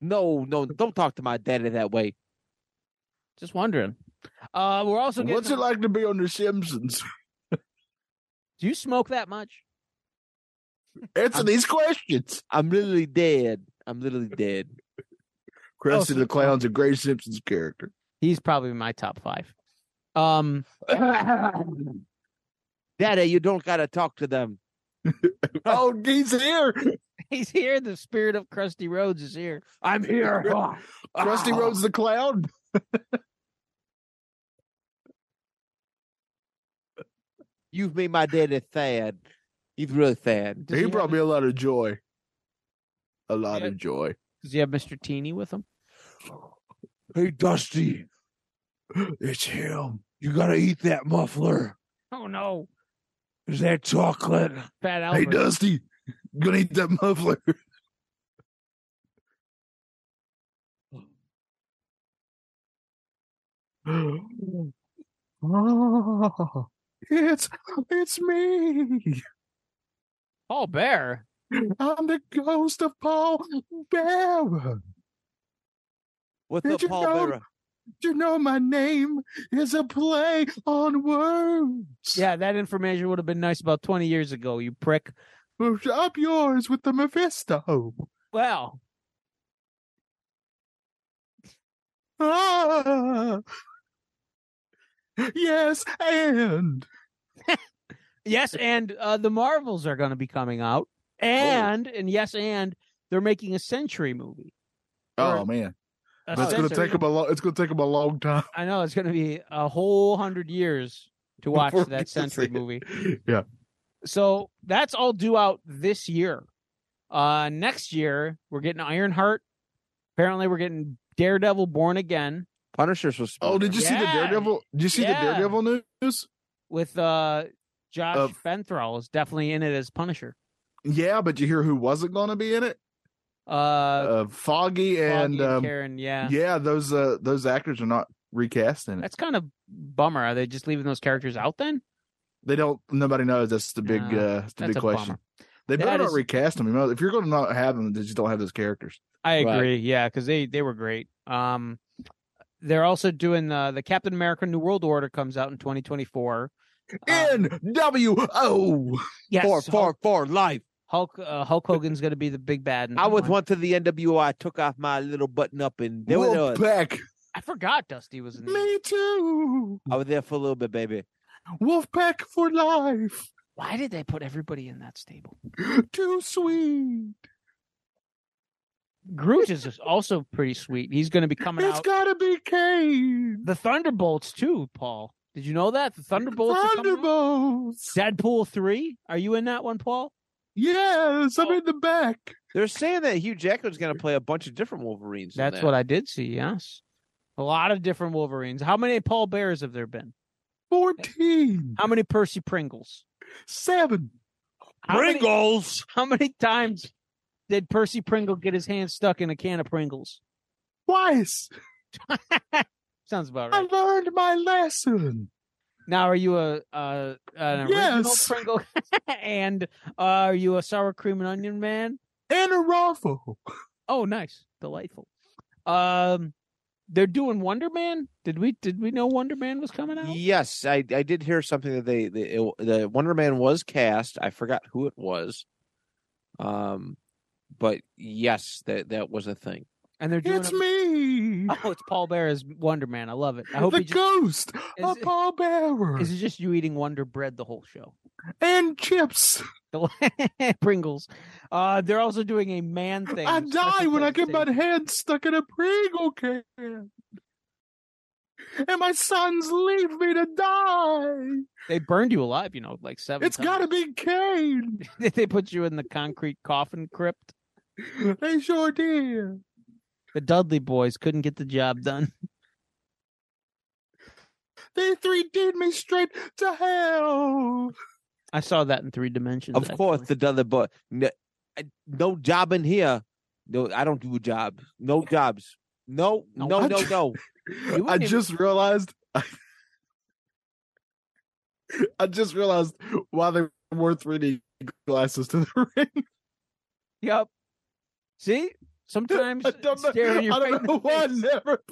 Speaker 3: No, no, don't talk to my daddy that way.
Speaker 2: Just wondering. Uh, we're also getting.
Speaker 1: What's it like to be on The Simpsons?
Speaker 2: Do you smoke that much?
Speaker 1: Answer these questions.
Speaker 2: Oh,
Speaker 3: I'm literally dead. I'm literally dead.
Speaker 1: Krusty
Speaker 2: so-
Speaker 1: the Clown's a great Simpsons character.
Speaker 2: He's probably my top five. Um,
Speaker 3: Daddy, you don't gotta talk to them.
Speaker 1: oh, he's here.
Speaker 2: he's here. The spirit of Krusty Rhodes is here.
Speaker 3: I'm here.
Speaker 1: Krusty Rhodes the Clown.
Speaker 3: You've made my daddy sad. He's really sad.
Speaker 2: Does
Speaker 1: he
Speaker 2: have-
Speaker 1: brought me a lot of joy. A lot
Speaker 2: Yeah.
Speaker 1: of joy.
Speaker 2: Does he have Mr. Teeny with him?
Speaker 3: Hey Dusty,
Speaker 1: It's him.
Speaker 3: you gotta eat that muffler.
Speaker 2: Oh no,
Speaker 3: Is that chocolate?
Speaker 2: Fat Albert.
Speaker 1: Hey, Dusty, gonna eat that muffler. it's it's me.
Speaker 2: Paul Bear.
Speaker 1: I'm the ghost of Paul Bearer.
Speaker 3: With
Speaker 1: Did
Speaker 3: the
Speaker 1: you
Speaker 3: Paul
Speaker 1: know-
Speaker 3: Bearer.
Speaker 1: You know my name is a play on words.
Speaker 2: Yeah, that information would have been nice about 20 years ago, you prick.
Speaker 1: Up yours with the Mephisto.
Speaker 2: Well,
Speaker 1: Ah. Yes, and
Speaker 2: yes, and uh, the Marvels are going to be coming out. And, and yes, and they're making a Century movie.
Speaker 1: oh man,
Speaker 2: A
Speaker 1: that's gonna
Speaker 2: Century-
Speaker 1: take him a long. It's gonna take him a long time.
Speaker 2: I know, it's going to be a whole hundred years to watch
Speaker 1: Before we
Speaker 2: that
Speaker 1: get to
Speaker 2: Century
Speaker 1: see it.
Speaker 2: movie.
Speaker 1: Yeah,
Speaker 2: So that's all due out this year. Uh next year we're getting Ironheart. Apparently we're getting Daredevil Born Again
Speaker 3: Punishers was.
Speaker 1: Oh, did you see the
Speaker 2: Yeah.
Speaker 1: Daredevil? Did you see
Speaker 2: Yeah.
Speaker 1: the Daredevil news?
Speaker 2: with uh Josh
Speaker 1: Uh,
Speaker 2: Fenthal is definitely in it as Punisher.
Speaker 1: Yeah, but you hear who wasn't going to be in it?
Speaker 2: Uh,
Speaker 1: Uh, Foggy
Speaker 2: Foggy
Speaker 1: and,
Speaker 2: and
Speaker 1: um,
Speaker 2: Karen, yeah.
Speaker 1: yeah. those uh, those actors are not recasting it.
Speaker 2: That's kind of bummer. Are they just leaving those characters out then?
Speaker 1: They don't. Nobody knows. That's the big.
Speaker 2: No,
Speaker 1: uh, that's the
Speaker 2: that's
Speaker 1: big
Speaker 2: a
Speaker 1: question.
Speaker 2: bummer.
Speaker 1: They
Speaker 2: That
Speaker 1: better not
Speaker 2: is-
Speaker 1: recast them. You know, if you're going to not have them, they just don't have those characters.
Speaker 2: I
Speaker 3: Right.
Speaker 2: agree. Yeah, because they they were great. Um, they're also doing uh, the the Captain America New World Order comes out in 2024. Uh,
Speaker 1: N W O.
Speaker 2: yes,
Speaker 3: four,
Speaker 2: Hulk
Speaker 3: four, four, life.
Speaker 2: Hulk, uh, Hulk Hogan's going to be the big bad. in
Speaker 3: I
Speaker 2: that
Speaker 3: was
Speaker 2: one.
Speaker 3: went to the NWI, took off my little button up, and there was,
Speaker 1: Wolfpack.
Speaker 2: I forgot Dusty was in. there.
Speaker 1: Me too.
Speaker 3: I was there for a little bit, baby.
Speaker 1: Wolfpack for life.
Speaker 2: Why did they put everybody in that stable?
Speaker 1: Too sweet.
Speaker 2: Groot is just also pretty sweet. He's going to be coming
Speaker 1: It's
Speaker 2: out.
Speaker 1: gotta be Kane.
Speaker 2: The Thunderbolts too, Paul. Did you know that the Thunderbolts? are coming out?
Speaker 1: Thunderbolts.
Speaker 2: Deadpool three. Are you in that one, Paul?
Speaker 1: Yes, I'm
Speaker 2: Oh.
Speaker 1: in the back.
Speaker 3: They're saying that Hugh Jackman's going to play a bunch of different Wolverines.
Speaker 2: That's what I did see. Yes, a lot of different Wolverines. How many Paul Bears have there been?
Speaker 1: 14,
Speaker 2: How many Percy Pringles?
Speaker 1: 7.
Speaker 2: How Many, how many times did Percy Pringle get his hand stuck in a can of Pringles?
Speaker 1: Twice.
Speaker 2: Sounds about
Speaker 1: I
Speaker 2: right.
Speaker 1: learned my lesson.
Speaker 2: Now, are you a uh, an original
Speaker 1: Yes.
Speaker 2: Pringle, and uh, are you a sour cream and onion man?
Speaker 1: And a raffle.
Speaker 2: Oh, nice, delightful. Um, they're doing Wonder Man. Did we did we know Wonder Man was coming out?
Speaker 3: Yes, I, I did hear something that they the, it, the Wonder Man was cast. I forgot who it was, um, but yes, that that was a thing.
Speaker 2: And they're doing
Speaker 1: It's
Speaker 2: a-
Speaker 1: me.
Speaker 2: Oh, it's Paul Bear as Wonder Man. I love it. I hope
Speaker 1: the
Speaker 2: he just,
Speaker 1: ghost
Speaker 2: is
Speaker 1: of
Speaker 2: it-
Speaker 1: Paul Bearer.
Speaker 2: is it just you eating Wonder Bread the whole show.
Speaker 1: and chips.
Speaker 2: Pringles. Uh, they're also doing a man thing.
Speaker 1: I
Speaker 2: with special
Speaker 1: die when I get my
Speaker 2: presentation.
Speaker 1: hand stuck in a Pringle can. And my sons leave me to die.
Speaker 2: They burned you alive, you know, like seven.
Speaker 1: It's gotta be Kane.
Speaker 2: be. they put you in the concrete coffin crypt.
Speaker 1: They sure did.
Speaker 2: The Dudley boys couldn't get the job done.
Speaker 1: They three did me straight to hell.
Speaker 2: I saw that in three dimensions.
Speaker 3: Of course,
Speaker 2: actually.
Speaker 3: the other but no, I- no job in here. No, I don't do a job. No jobs. No,
Speaker 2: No.
Speaker 3: no, no, no.
Speaker 2: wouldn't
Speaker 1: I
Speaker 2: even-
Speaker 1: just realized. I just realized why they wore 3D glasses to the ring.
Speaker 2: Yep. See, sometimes
Speaker 1: I don't know.
Speaker 2: staring you
Speaker 1: I
Speaker 2: right
Speaker 1: don't
Speaker 2: in
Speaker 1: know
Speaker 2: the
Speaker 1: why I
Speaker 2: face.
Speaker 1: never.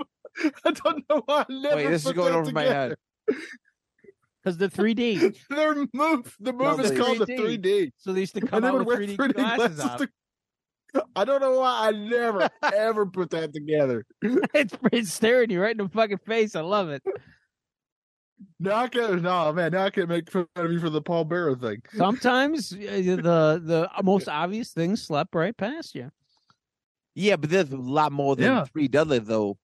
Speaker 1: I don't know why I never.
Speaker 3: Wait, this is
Speaker 1: put
Speaker 3: going
Speaker 1: that
Speaker 3: over my head.
Speaker 2: Because the 3D.
Speaker 1: Their move. The move is
Speaker 3: Lovely.
Speaker 1: called the
Speaker 2: 3D.
Speaker 1: 3D,
Speaker 2: So they used to
Speaker 1: and
Speaker 2: come
Speaker 1: they
Speaker 2: out
Speaker 1: would
Speaker 2: with
Speaker 1: wear
Speaker 2: 3D, glasses, out.
Speaker 1: to- I don't know why I never ever put that together.
Speaker 2: it's, it's staring you right in the fucking face. I love it.
Speaker 1: No, I can't. No, man, now I can't make fun of you for the Paul Bearer thing.
Speaker 2: Sometimes uh, the the most obvious things slept right past you.
Speaker 3: Yeah, but there's a lot more than
Speaker 1: Yeah.
Speaker 3: three Dudley though.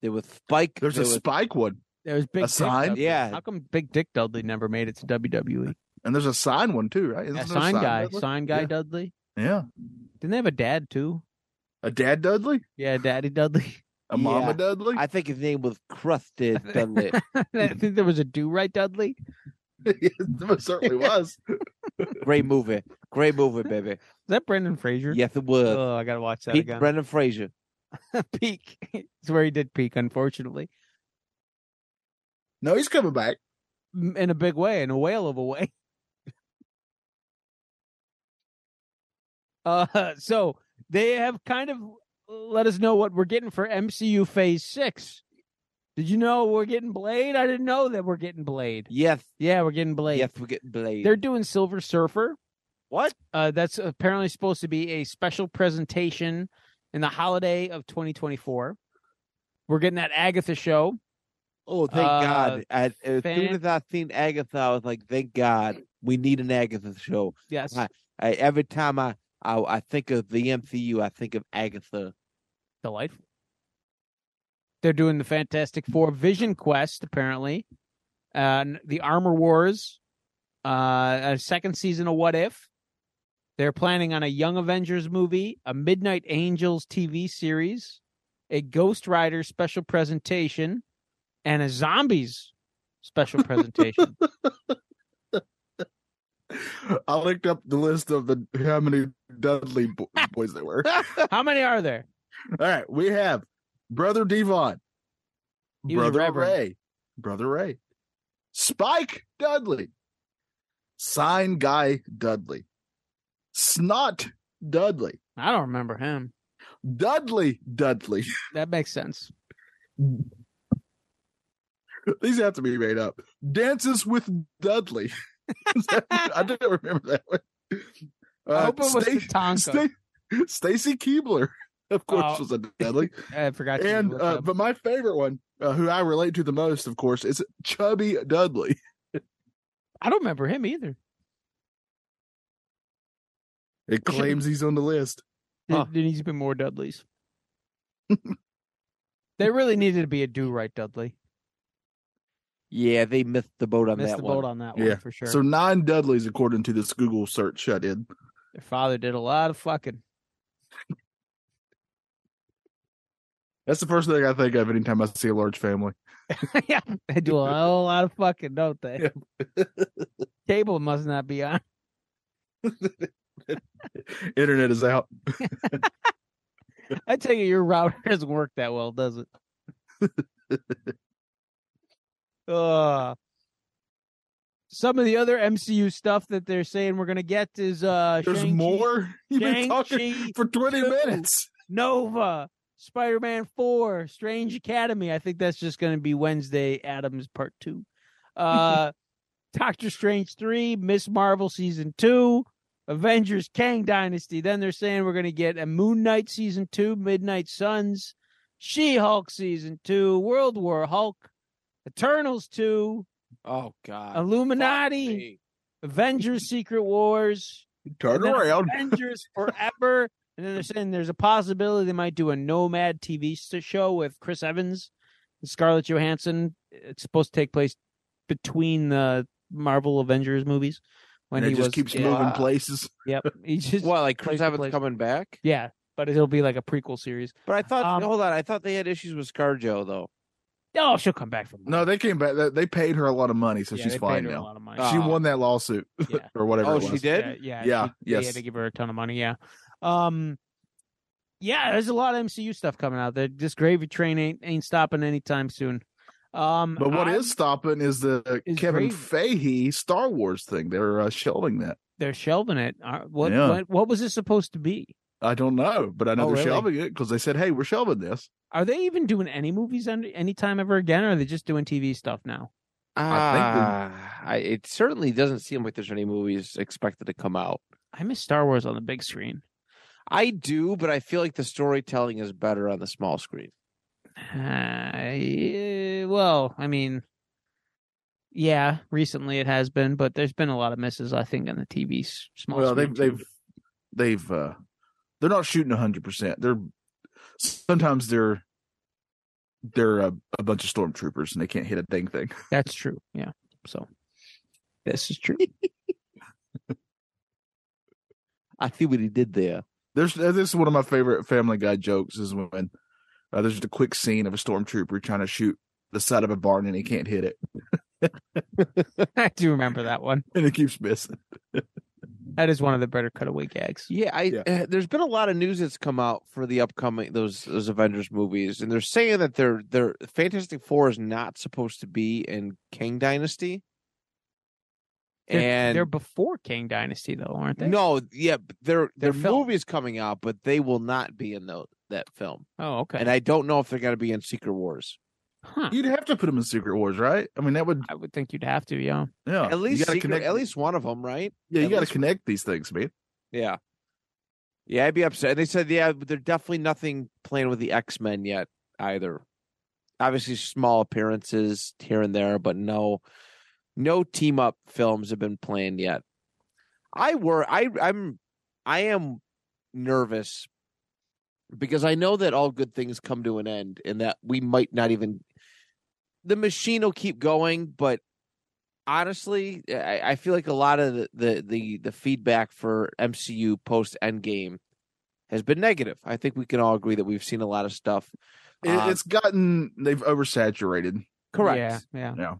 Speaker 3: There was Spike.
Speaker 1: There's
Speaker 3: there
Speaker 1: a
Speaker 3: was-
Speaker 1: Spike one,
Speaker 2: There's big
Speaker 1: A sign?
Speaker 2: Dick Dudley.
Speaker 3: Yeah.
Speaker 2: How come Big Dick Dudley never made it to WWE?
Speaker 1: and there's a sign one too, right? Isn't
Speaker 2: Yeah,
Speaker 1: there a
Speaker 2: sign guy,
Speaker 1: Dudley?
Speaker 2: sign guy
Speaker 1: Yeah.
Speaker 2: Dudley.
Speaker 1: Yeah,
Speaker 2: Didn't they have a dad too?
Speaker 1: a Dad Dudley,
Speaker 2: Yeah, Daddy Dudley.
Speaker 1: a Mama
Speaker 3: Yeah.
Speaker 1: Dudley.
Speaker 3: I think his name was Crusted Dudley.
Speaker 2: I think there was a do right Dudley.
Speaker 1: it most certainly was.
Speaker 3: Great movie. Great movie, baby.
Speaker 2: Is that Brendan Fraser?
Speaker 3: Yes, it was.
Speaker 2: Oh, I gotta watch that
Speaker 3: Pete
Speaker 2: again.
Speaker 3: Brendan Fraser.
Speaker 2: peak. it's where he did peak, unfortunately,
Speaker 1: No, he's coming back.
Speaker 2: M- in a big way, in a whale of a way. Uh, so they have kind of let us know what we're getting for MCU Phase Six. Did you know we're getting Blade? I didn't know that we're getting Blade.
Speaker 3: Yes,
Speaker 2: Yeah, we're getting Blade.
Speaker 3: yes, we get Blade.
Speaker 2: They're doing Silver Surfer.
Speaker 3: what?
Speaker 2: Uh, that's apparently supposed to be a special presentation in the holiday of 2024. We're getting that Agatha show.
Speaker 3: Oh, thank
Speaker 2: Uh,
Speaker 3: God! I, as soon
Speaker 2: fan-
Speaker 3: as I seen Agatha, I was like, "Thank God, we need an Agatha show."
Speaker 2: Yes.
Speaker 3: Right. I, every time I, I I think of the MCU, I think of Agatha.
Speaker 2: Delightful. They're doing the Fantastic Four Vision Quest, apparently. And the Armor Wars. Uh, a second season of What If. They're planning on a Young Avengers movie, a Midnight Angels TV series, a Ghost Rider special presentation, and a Zombies special presentation.
Speaker 1: I looked up the list of the how many Dudley bo- boys there were.
Speaker 2: How many are there?
Speaker 1: All right, we have Brother Devon,
Speaker 2: He was a
Speaker 1: Brother
Speaker 2: reverend.
Speaker 1: Ray, Brother Ray, Spike Dudley, Sign Guy Dudley, Snot Dudley,
Speaker 2: I don't remember him.
Speaker 1: Dudley Dudley.
Speaker 2: That makes sense.
Speaker 1: These have to be made up. Dances with Dudley. I didn't remember that one.
Speaker 2: I
Speaker 1: Uh,
Speaker 2: hope it was
Speaker 1: Sta-
Speaker 2: Tatanka.
Speaker 1: Sta- Stacy Keebler, of course,
Speaker 2: Oh.
Speaker 1: was a Dudley.
Speaker 2: I forgot. to
Speaker 1: and
Speaker 2: look
Speaker 1: uh,
Speaker 2: up.
Speaker 1: but my favorite one, uh, who I relate to the most, of course, is Chubby Dudley.
Speaker 2: I don't remember him either.
Speaker 1: It claims he's on the list.
Speaker 2: There,
Speaker 3: Huh.
Speaker 2: there needs to be more Dudleys. there really needed to be a do right Dudley.
Speaker 3: Yeah, they missed the boat on
Speaker 2: Missed
Speaker 3: that
Speaker 2: the
Speaker 3: one.
Speaker 2: boat on that one
Speaker 1: Yeah.
Speaker 2: for sure.
Speaker 1: So nine Dudleys, according to this Google search, shut in.
Speaker 2: Their father did a lot of fucking.
Speaker 1: That's the first thing I think of anytime I see a large family.
Speaker 2: yeah, they do a whole lot of fucking, don't they? Cable must not be on.
Speaker 1: Internet is out.
Speaker 2: I tell you, your router doesn't work that well, does it? uh, some of the other MCU stuff that they're saying we're gonna get is uh
Speaker 1: There's
Speaker 2: Shang-Chi,
Speaker 1: more. You've been talking
Speaker 2: Shang-Chi,
Speaker 1: for 20
Speaker 2: two.
Speaker 1: minutes.
Speaker 2: Nova, Spider Man 4, Strange Academy. I think that's just going to be Wednesday Adams Part 2. Uh, Doctor Strange 3, Miss Marvel Season 2, Avengers Kang Dynasty. Then they're saying we're going to get a Moon Knight Season 2, Midnight Suns, She Hulk Season 2, World War Hulk, Eternals 2,
Speaker 3: Oh God,
Speaker 2: Um,
Speaker 3: Fuck
Speaker 2: Illuminati,
Speaker 3: me.
Speaker 2: Avengers Secret Wars,
Speaker 1: Turn
Speaker 2: and then
Speaker 1: around.
Speaker 2: Avengers forever. And then they're saying there's a possibility they might do a Nomad TV s- show with Chris Evans and Scarlett Johansson. It's supposed to take place between the Marvel Avengers movies when
Speaker 1: and it
Speaker 2: he
Speaker 1: just
Speaker 2: was,
Speaker 1: keeps
Speaker 2: yeah,
Speaker 1: moving places.
Speaker 2: Yep, he just
Speaker 3: What, like
Speaker 2: place
Speaker 3: Chris
Speaker 2: to
Speaker 3: Evans
Speaker 2: place.
Speaker 3: coming back?
Speaker 2: yeah, but it'll be like a prequel series.
Speaker 3: But I thought,
Speaker 2: Um,
Speaker 3: hold on, I thought they had issues with ScarJo though.
Speaker 2: Oh, she'll come back from
Speaker 1: No, they came back. They- They paid her a lot of money, so
Speaker 2: Yeah,
Speaker 1: she's
Speaker 2: they paid
Speaker 1: fine
Speaker 2: her a
Speaker 1: now.
Speaker 2: lot of money. Ah.
Speaker 3: Uh,
Speaker 1: She won that lawsuit
Speaker 2: Yeah.
Speaker 1: or whatever.
Speaker 3: Oh,
Speaker 1: it
Speaker 3: she
Speaker 1: was.
Speaker 3: did?
Speaker 2: Yeah, yeah,
Speaker 1: Yeah,
Speaker 2: she- they
Speaker 1: yes.
Speaker 2: had to give her a ton of money. Yeah, um, yeah. There's a lot of MCU stuff coming out. There, this gravy train ain't ain't stopping anytime soon. Um,
Speaker 1: But what is
Speaker 2: I-
Speaker 1: stopping is the
Speaker 2: Is
Speaker 1: Kevin
Speaker 2: Raven-
Speaker 1: Fahey Star Wars thing. They're uh, shelving that.
Speaker 2: they're shelving it? Uh, What,
Speaker 1: Yeah.
Speaker 2: what what was it supposed to be?
Speaker 1: I don't know, but I know
Speaker 2: Oh,
Speaker 1: they're
Speaker 2: really?
Speaker 1: shelving it because they said, "Hey, we're shelving this."
Speaker 2: Are they even doing any movies any anytime ever again? Or are they just doing TV stuff now?
Speaker 3: Ah,
Speaker 1: I
Speaker 3: I it certainly doesn't seem like there's any movies expected to come out.
Speaker 2: I miss Star Wars on the big screen.
Speaker 3: I do, but I feel like the storytelling is better on the small screen.
Speaker 2: Uh, well, I mean, yeah, recently it has been, but there's been a lot of misses, I think, on the TV s- small.
Speaker 1: well,
Speaker 2: screen
Speaker 1: they've
Speaker 2: too.
Speaker 1: they've they've uh they're not shooting hundred percent. They're sometimes they're they're a, a bunch of stormtroopers and they can't hit a dang thing.
Speaker 2: That's true. Yeah. So this is true.
Speaker 3: I see what he did there.
Speaker 1: There's uh, this is one of my favorite Family Guy jokes is when uh, there's just a quick scene of a stormtrooper trying to shoot the side of a barn and he can't hit it
Speaker 2: I do remember that one.
Speaker 1: and it keeps missing.
Speaker 2: That is one of the better cutaway gags.
Speaker 3: Yeah, I
Speaker 1: Yeah.
Speaker 3: Uh, there's been a lot of news that's come out for the upcoming those those Avengers movies, and they're saying that they're they're Fantastic Four is not supposed to be in Kang Dynasty,
Speaker 2: They're,
Speaker 3: and
Speaker 2: they're before King Dynasty though, aren't they?
Speaker 3: no, yeah, but their
Speaker 2: Their
Speaker 3: their
Speaker 2: film.
Speaker 3: movie is coming out, but they will not be in tho- that film.
Speaker 2: Oh, okay.
Speaker 3: And I don't know if they're going to be in Secret Wars.
Speaker 2: huh.
Speaker 1: You'd have to put them in Secret Wars, right? I mean, that would
Speaker 2: I would think you'd have to, yeah.
Speaker 1: yeah.
Speaker 3: At least
Speaker 1: you gotta
Speaker 3: secret,
Speaker 1: connect.
Speaker 3: at least one of them, right?
Speaker 1: yeah, you
Speaker 3: at
Speaker 1: got to
Speaker 3: least-
Speaker 1: connect these things, man.
Speaker 3: Yeah. Yeah, I'd be upset. And they said, yeah, but they're definitely nothing playing with the X Men yet either. Obviously, small appearances here and there, but no, no team up films have been planned yet. I were I I'm I am nervous because I know that all good things come to an end, and that we might not even the machine will keep going, but honestly, I, I feel like a lot of the, the the the feedback for MCU post Endgame has been negative. I think we can all agree that we've seen a lot of stuff.
Speaker 1: It,
Speaker 3: Uh,
Speaker 1: it's gotten they've oversaturated.
Speaker 3: Correct.
Speaker 2: Yeah, yeah.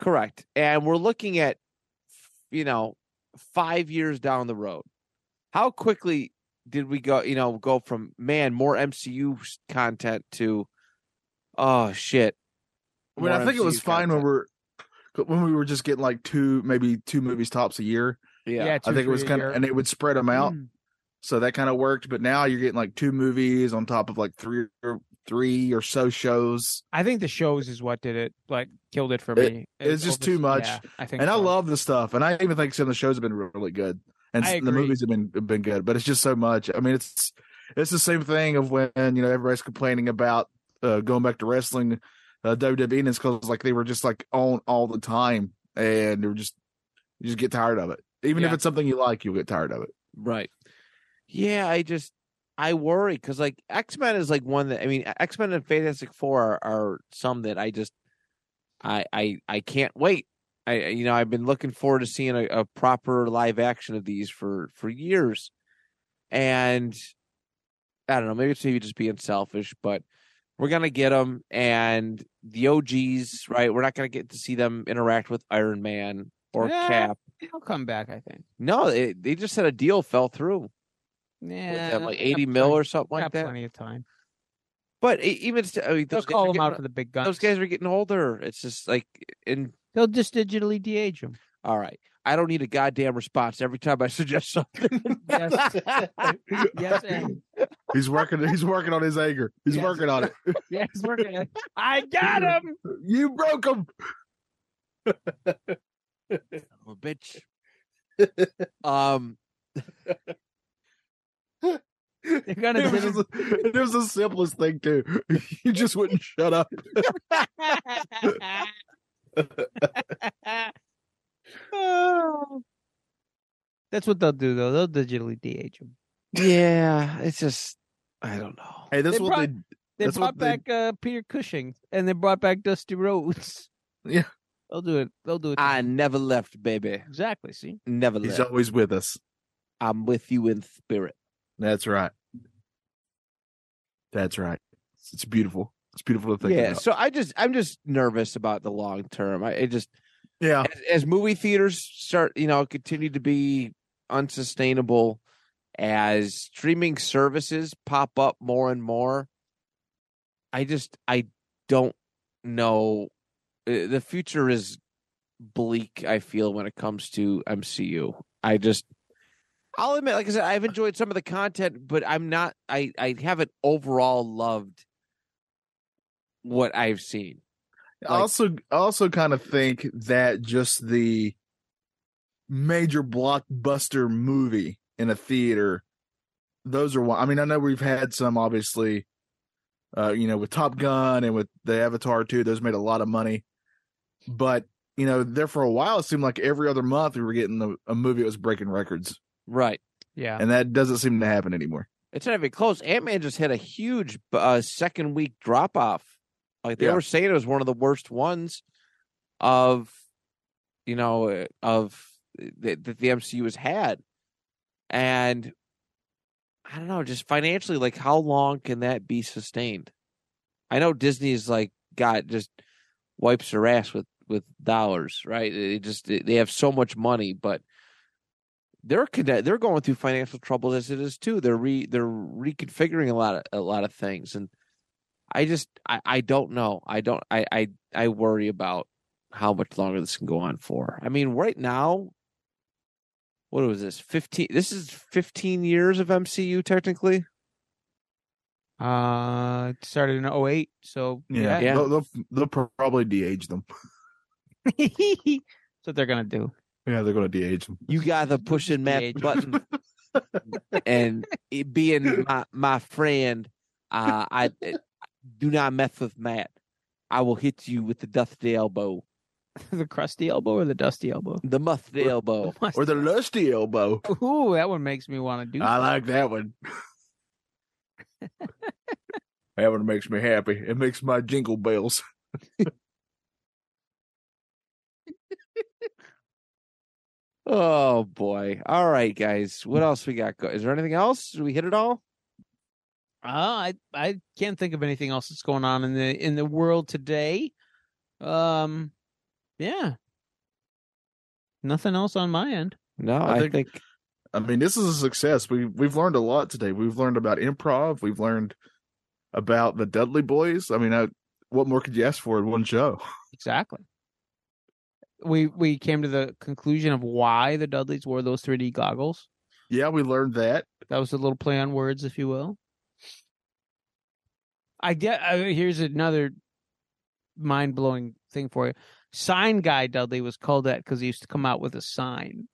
Speaker 3: Correct. And we're looking at, you know, five years down the road. How quickly did we go, you know, go from, man, more MCU s- content to, oh, shit.
Speaker 1: I mean,
Speaker 3: more
Speaker 1: I think it was
Speaker 3: MCU
Speaker 1: fine when
Speaker 3: content.
Speaker 1: we're when we were just getting like two, maybe two movies tops a year.
Speaker 3: yeah.
Speaker 2: Yeah,
Speaker 1: I
Speaker 2: two,
Speaker 1: think it was
Speaker 2: three a
Speaker 1: kind
Speaker 2: year.
Speaker 1: of, and it would spread them out,
Speaker 2: Mm.
Speaker 1: so that kind of worked. But now you're getting like two movies on top of like three or three or so shows,
Speaker 2: I think the shows is what did it, like killed it for
Speaker 1: It-
Speaker 2: me.
Speaker 1: it's just too much.
Speaker 2: yeah, I think,
Speaker 1: and I
Speaker 2: so.
Speaker 1: love the stuff. And I even think some of the shows have been really good, and
Speaker 2: I
Speaker 1: s- the
Speaker 2: agree.
Speaker 1: movies have been have been good. But it's just so much. I mean, it's it's the same thing of when you know everybody's complaining about uh, going back to wrestling, uh, WWE, and it's because like they were just like on all the time, and they were just you just get tired of it. Even if
Speaker 3: Yeah.
Speaker 1: it's something you like, you'll get tired of it.
Speaker 3: Right. Yeah, I just I worry because like X Men is like one that I mean X Men and Fantastic Four are, are some that I just I I I can't wait. I I- you know I've been looking forward to seeing a, a proper live action of these for for years, and I don't know maybe it's maybe just being selfish, but we're gonna get them and the OGs right. We're not gonna get to see them interact with Iron Man or
Speaker 2: Yeah.
Speaker 3: Cap.
Speaker 2: I'll come back. I think.
Speaker 3: No, they they just said a deal fell through with
Speaker 2: Yeah,
Speaker 3: them, like 80 mil or something
Speaker 2: got
Speaker 3: like that.
Speaker 2: Plenty of time.
Speaker 3: But e- even st- I mean,
Speaker 2: They'll
Speaker 3: those, guys
Speaker 2: call
Speaker 3: are
Speaker 2: them out for
Speaker 3: getting,
Speaker 2: the big guns.
Speaker 3: those guys are getting older. It's just like, and
Speaker 2: They'll just digitally de-age them.
Speaker 3: all right, I don't need a goddamn response every time I suggest something.
Speaker 2: Yes. yes, and
Speaker 1: He's working. he's working on his anger. He's
Speaker 2: Yes.
Speaker 1: working on it.
Speaker 2: yes, we're gonna. I got him.
Speaker 1: You broke him.
Speaker 3: I'm a bitch. um,
Speaker 2: They're gonna.
Speaker 1: It was, just,
Speaker 2: digit-
Speaker 1: it was the simplest thing too. You just wouldn't shut up.
Speaker 2: Oh. That's what they'll do, though. They'll digitally de-age them.
Speaker 3: yeah, it's just I don't know.
Speaker 1: Hey, that's
Speaker 2: They
Speaker 1: what
Speaker 2: probably- They
Speaker 1: That's what
Speaker 2: brought
Speaker 1: they-
Speaker 2: back uh, Peter Cushing, and they brought back Dusty Rhodes.
Speaker 1: Yeah.
Speaker 2: they'll do it. They'll do it. to
Speaker 3: I
Speaker 2: them.
Speaker 3: never left, baby.
Speaker 2: exactly. See,
Speaker 3: Never
Speaker 1: they. He's
Speaker 3: left.
Speaker 1: always with us.
Speaker 3: I'm with you in spirit.
Speaker 1: That's right. That's right. It's, it's beautiful. It's beautiful to think
Speaker 3: Yeah.
Speaker 1: about.
Speaker 3: So I just I'm just nervous about the long term. I it just
Speaker 1: Yeah.
Speaker 3: as, as movie theaters start, you know, continue to be unsustainable, as streaming services pop up more and more, I just I don't know. Uh, The future is bleak. I feel when it comes to MCU. I just, I'll admit, like I said, I've enjoyed some of the content, but I'm not. I I haven't overall loved what I've seen.
Speaker 1: I also, I also kind of think that just the major blockbuster movie in a theater, those are one. I mean, I know we've had some obviously, uh, you know, with Top Gun and with the Avatar too. Those made a lot of money, but you know, there for a while it seemed like every other month we were getting a, a movie that was breaking records,
Speaker 3: Right.
Speaker 2: yeah.
Speaker 1: and that doesn't seem to happen anymore.
Speaker 3: It's not even close. Ant Man just had a huge uh, second week drop off. Like they
Speaker 1: Yeah.
Speaker 3: were saying, it was one of the worst ones of, you know, uh, of that, that the MCU has had. And I don't know, just financially, like how long can that be sustained? I know Disney's like got just wipes their ass with with dollars, right? It just they have so much money, but they're conde- they're going through financial troubles as it is too. They're re they're reconfiguring a lot of a lot of things, and I just I, I don't know. I don't I, I I worry about how much longer this can go on for. I mean, right now what was this? 15 This is 15 years of MCU technically.
Speaker 2: Uh, it started in 08, so
Speaker 1: Yeah,
Speaker 3: Yeah.
Speaker 1: They'll, they'll, they'll probably de-age them.
Speaker 2: That's what they're gonna do.
Speaker 1: Yeah, they're gonna de-age them.
Speaker 3: You got the pushing
Speaker 2: age.
Speaker 3: Matt button and it being my my friend. Uh, I do not mess with Matt. I will hit you with the dusty elbow,
Speaker 2: the crusty elbow or the dusty elbow?
Speaker 3: the musty
Speaker 1: Or-
Speaker 3: elbow.
Speaker 1: Or the lusty elbow.
Speaker 2: Ooh, that one makes me want to do.
Speaker 1: I like that one. that one makes me happy. It makes my jingle bells.
Speaker 3: Oh boy! All right, guys. What else we got? Go- Is there anything else? Did we hit it all?
Speaker 2: Uh, I I can't think of anything else that's going on in the in the world today. Um, yeah, nothing else on my end.
Speaker 3: No,
Speaker 1: I
Speaker 3: I
Speaker 1: think-
Speaker 3: think,
Speaker 1: I mean, this is a success. We we've learned a lot today. We've learned about improv. We've learned about the Dudley Boys. I mean, I, what more could you ask for in one show?
Speaker 2: Exactly. We we came to the conclusion of why the Dudleys wore those 3D goggles.
Speaker 1: Yeah, we learned that.
Speaker 2: That was a little play on words, if you will. I get. Uh, here's another mind blowing thing for you. Sign guy Dudley was called that because he used to come out with a sign.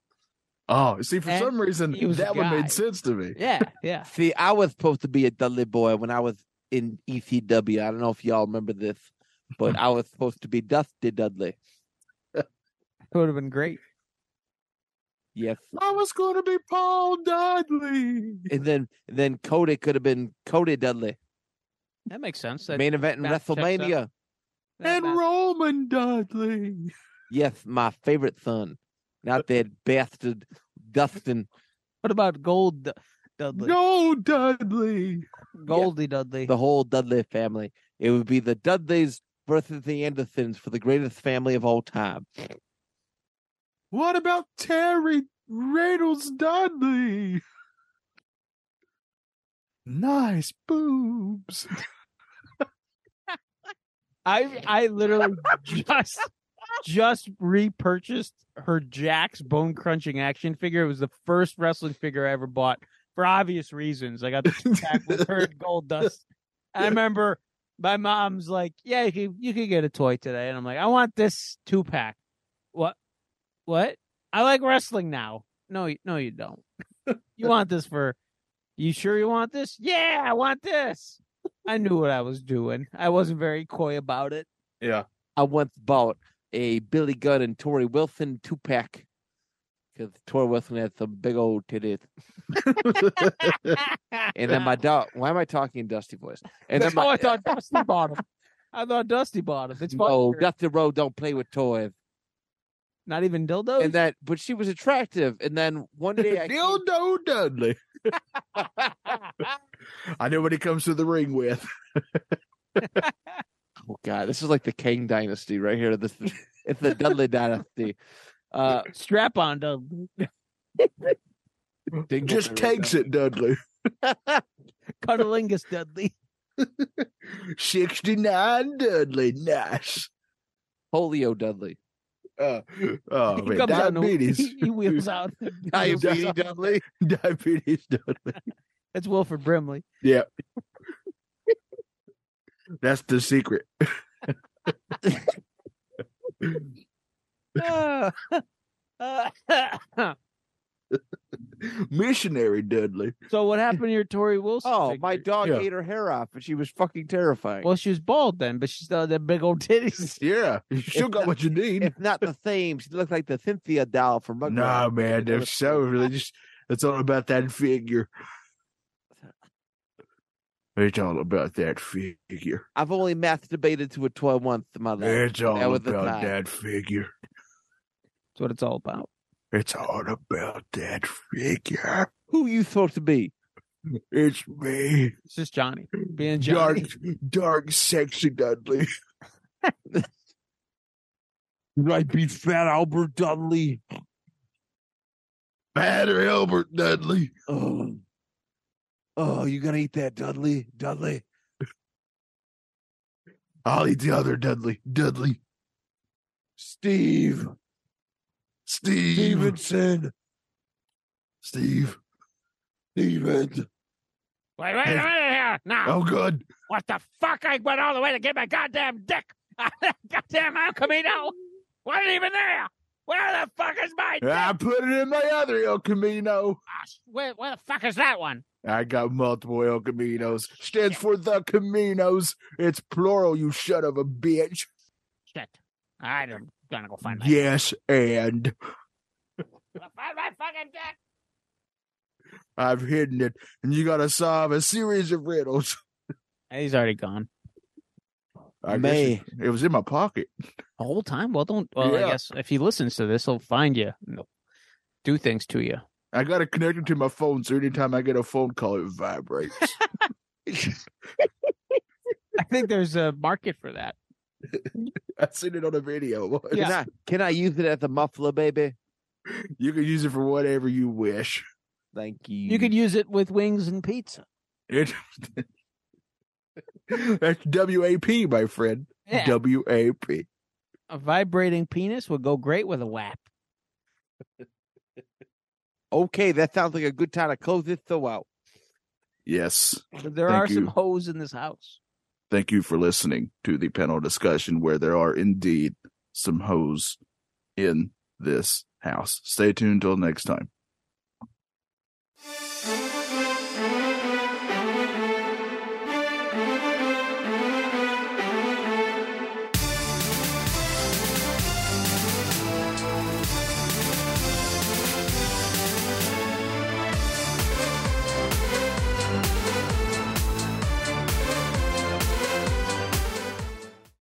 Speaker 1: Oh, see, for
Speaker 2: And
Speaker 1: some reason
Speaker 2: he was a
Speaker 1: that one
Speaker 2: guy.
Speaker 1: made sense to me.
Speaker 2: Yeah, yeah.
Speaker 3: See, I was supposed to be a Dudley boy when I was in ECW. I don't know if y'all remember this, but I was supposed to be Dusty Dudley.
Speaker 2: It would have been great.
Speaker 3: Yes.
Speaker 1: I was going to be Paul Dudley.
Speaker 3: And then and then Cody could have been Cody Dudley.
Speaker 2: That makes sense. That,
Speaker 3: Main event in
Speaker 2: that checks out.
Speaker 3: WrestleMania.
Speaker 2: that
Speaker 1: and
Speaker 2: ma-
Speaker 1: Roman Dudley.
Speaker 3: Yes, my favorite son. Not that bastard Dustin.
Speaker 2: what about Gold Du- Dudley?
Speaker 1: No, Dudley.
Speaker 2: Goldie Dudley.
Speaker 3: The whole Dudley family. It would be the Dudleys versus the Andersons for the greatest family of all time.
Speaker 1: What about Terry Reynolds Dudley? Nice boobs.
Speaker 2: I I literally just just repurchased her Jack's bone crunching action figure. It was the first wrestling figure I ever bought for obvious reasons. I got the two pack with her and gold dust. I remember my mom's like, "Yeah, you could, you could get a toy today," and I'm like, "I want this two pack." What? What? I like wrestling now. No, you- no, you don't. You want this for? You sure you want this? Yeah, I want this. I knew what I was doing. I wasn't very coy about it.
Speaker 1: Yeah.
Speaker 3: I once bought a Billy Gunn and Tori Wilson two pack because Tori Wilson had some big old titties. And then my dog. Why am I talking in Dusty voice? And then
Speaker 2: That's
Speaker 3: my
Speaker 2: how Oh, I thought Dusty bought him. I thought Dusty bought him. It's
Speaker 3: oh,
Speaker 2: oh,
Speaker 3: Dusty Road don't play with toys.
Speaker 2: not even dildos.
Speaker 3: And that, but she was attractive. And then one day I came-
Speaker 1: Dildo Dudley. I know what he comes to the ring with.
Speaker 3: oh god, this is like the Kang Dynasty right here. This is- it's the Dudley Dynasty. Uh,
Speaker 2: Strap on Dudley.
Speaker 3: Dingle-
Speaker 1: Just takes it, Dudley.
Speaker 2: Cunnilingus Dudley.
Speaker 1: 69 Dudley. Nice.
Speaker 3: Polio Dudley.
Speaker 1: Uh, oh,
Speaker 2: He
Speaker 1: man.
Speaker 2: comes out in a-
Speaker 1: Diabetes.
Speaker 2: He, he wheels out.
Speaker 1: Diabetes
Speaker 3: Dudley.
Speaker 1: Diabetes Dudley.
Speaker 2: That's Wilford Brimley.
Speaker 1: That's the secret.
Speaker 2: Uh, uh,
Speaker 1: Missionary Dudley.
Speaker 2: so what happened to your Tori Wilson?
Speaker 3: Oh,
Speaker 2: figure?
Speaker 3: my dog
Speaker 1: Yeah.
Speaker 3: ate her hair off, and she was fucking terrifying.
Speaker 2: Well, she was bald then, but she still had that big old titties.
Speaker 1: Yeah. You still got
Speaker 3: not-
Speaker 1: what you need.
Speaker 3: if not the same, she looked like the Cynthia doll from Rugrats.
Speaker 1: No, man, they're so religious. It's all about that figure. It's all about that figure.
Speaker 3: I've only masturbated to a toy once in my life.
Speaker 1: It's all
Speaker 3: that was the
Speaker 1: about
Speaker 3: time.
Speaker 1: that figure.
Speaker 2: That's what it's all about.
Speaker 1: It's all about that figure.
Speaker 3: Who you supposed to be?
Speaker 1: It's me,
Speaker 2: It's just Johnny being
Speaker 1: dark,
Speaker 2: Johnny.
Speaker 1: dark, sexy Dudley.
Speaker 3: I beat Fat Albert Dudley.
Speaker 1: Batter Albert Dudley.
Speaker 3: Oh, oh, you gonna eat that, Dudley? Dudley.
Speaker 1: I'll eat the other Dudley. Dudley.
Speaker 3: Steve
Speaker 1: Steve.
Speaker 3: Stevenson.
Speaker 1: Steve. Steven.
Speaker 2: Wait, wait a minute here. Now,
Speaker 1: Oh, good.
Speaker 2: what the fuck? I went all the way to get my goddamn dick. goddamn El Camino. Wasn't even there. Where the fuck is my dick?
Speaker 1: I put it in my other El Camino.
Speaker 2: Ah, sh- Where, where the fuck is that one?
Speaker 1: I got multiple El Caminos. Stands for the Caminos. It's plural, you son of a bitch.
Speaker 2: Shit. All right, I'm gonna go find my
Speaker 1: Yes, and
Speaker 2: find my fucking dick.
Speaker 1: I've hidden it. And you gotta solve a series of riddles.
Speaker 2: He's already gone.
Speaker 1: I guess
Speaker 3: May.
Speaker 1: it- it was in my pocket.
Speaker 2: The whole time? Well, don't. Well,
Speaker 1: Yeah.
Speaker 2: I guess if he listens to this, he'll find you. No. Do things to you.
Speaker 1: I got it connected to my phone, so anytime I get a phone call, it vibrates.
Speaker 2: I think there's a market for that.
Speaker 1: I seen it on a video. once.
Speaker 2: Yeah.
Speaker 3: Can I can I use it at the muffler, baby?
Speaker 1: You can use it for whatever you wish.
Speaker 3: Thank you.
Speaker 2: You could use it with wings and pizza.
Speaker 1: It, that's WAP, my friend. WAP.
Speaker 2: A vibrating penis would go great with a whap.
Speaker 3: Okay, that sounds like a good time to close this show out.
Speaker 1: Yes.
Speaker 2: But there
Speaker 1: Thank
Speaker 2: are some
Speaker 1: you.
Speaker 2: hoes in this house.
Speaker 1: Thank you for listening to the panel discussion where there are indeed some hoes in this house. Stay tuned till next time.
Speaker 6: Thank you.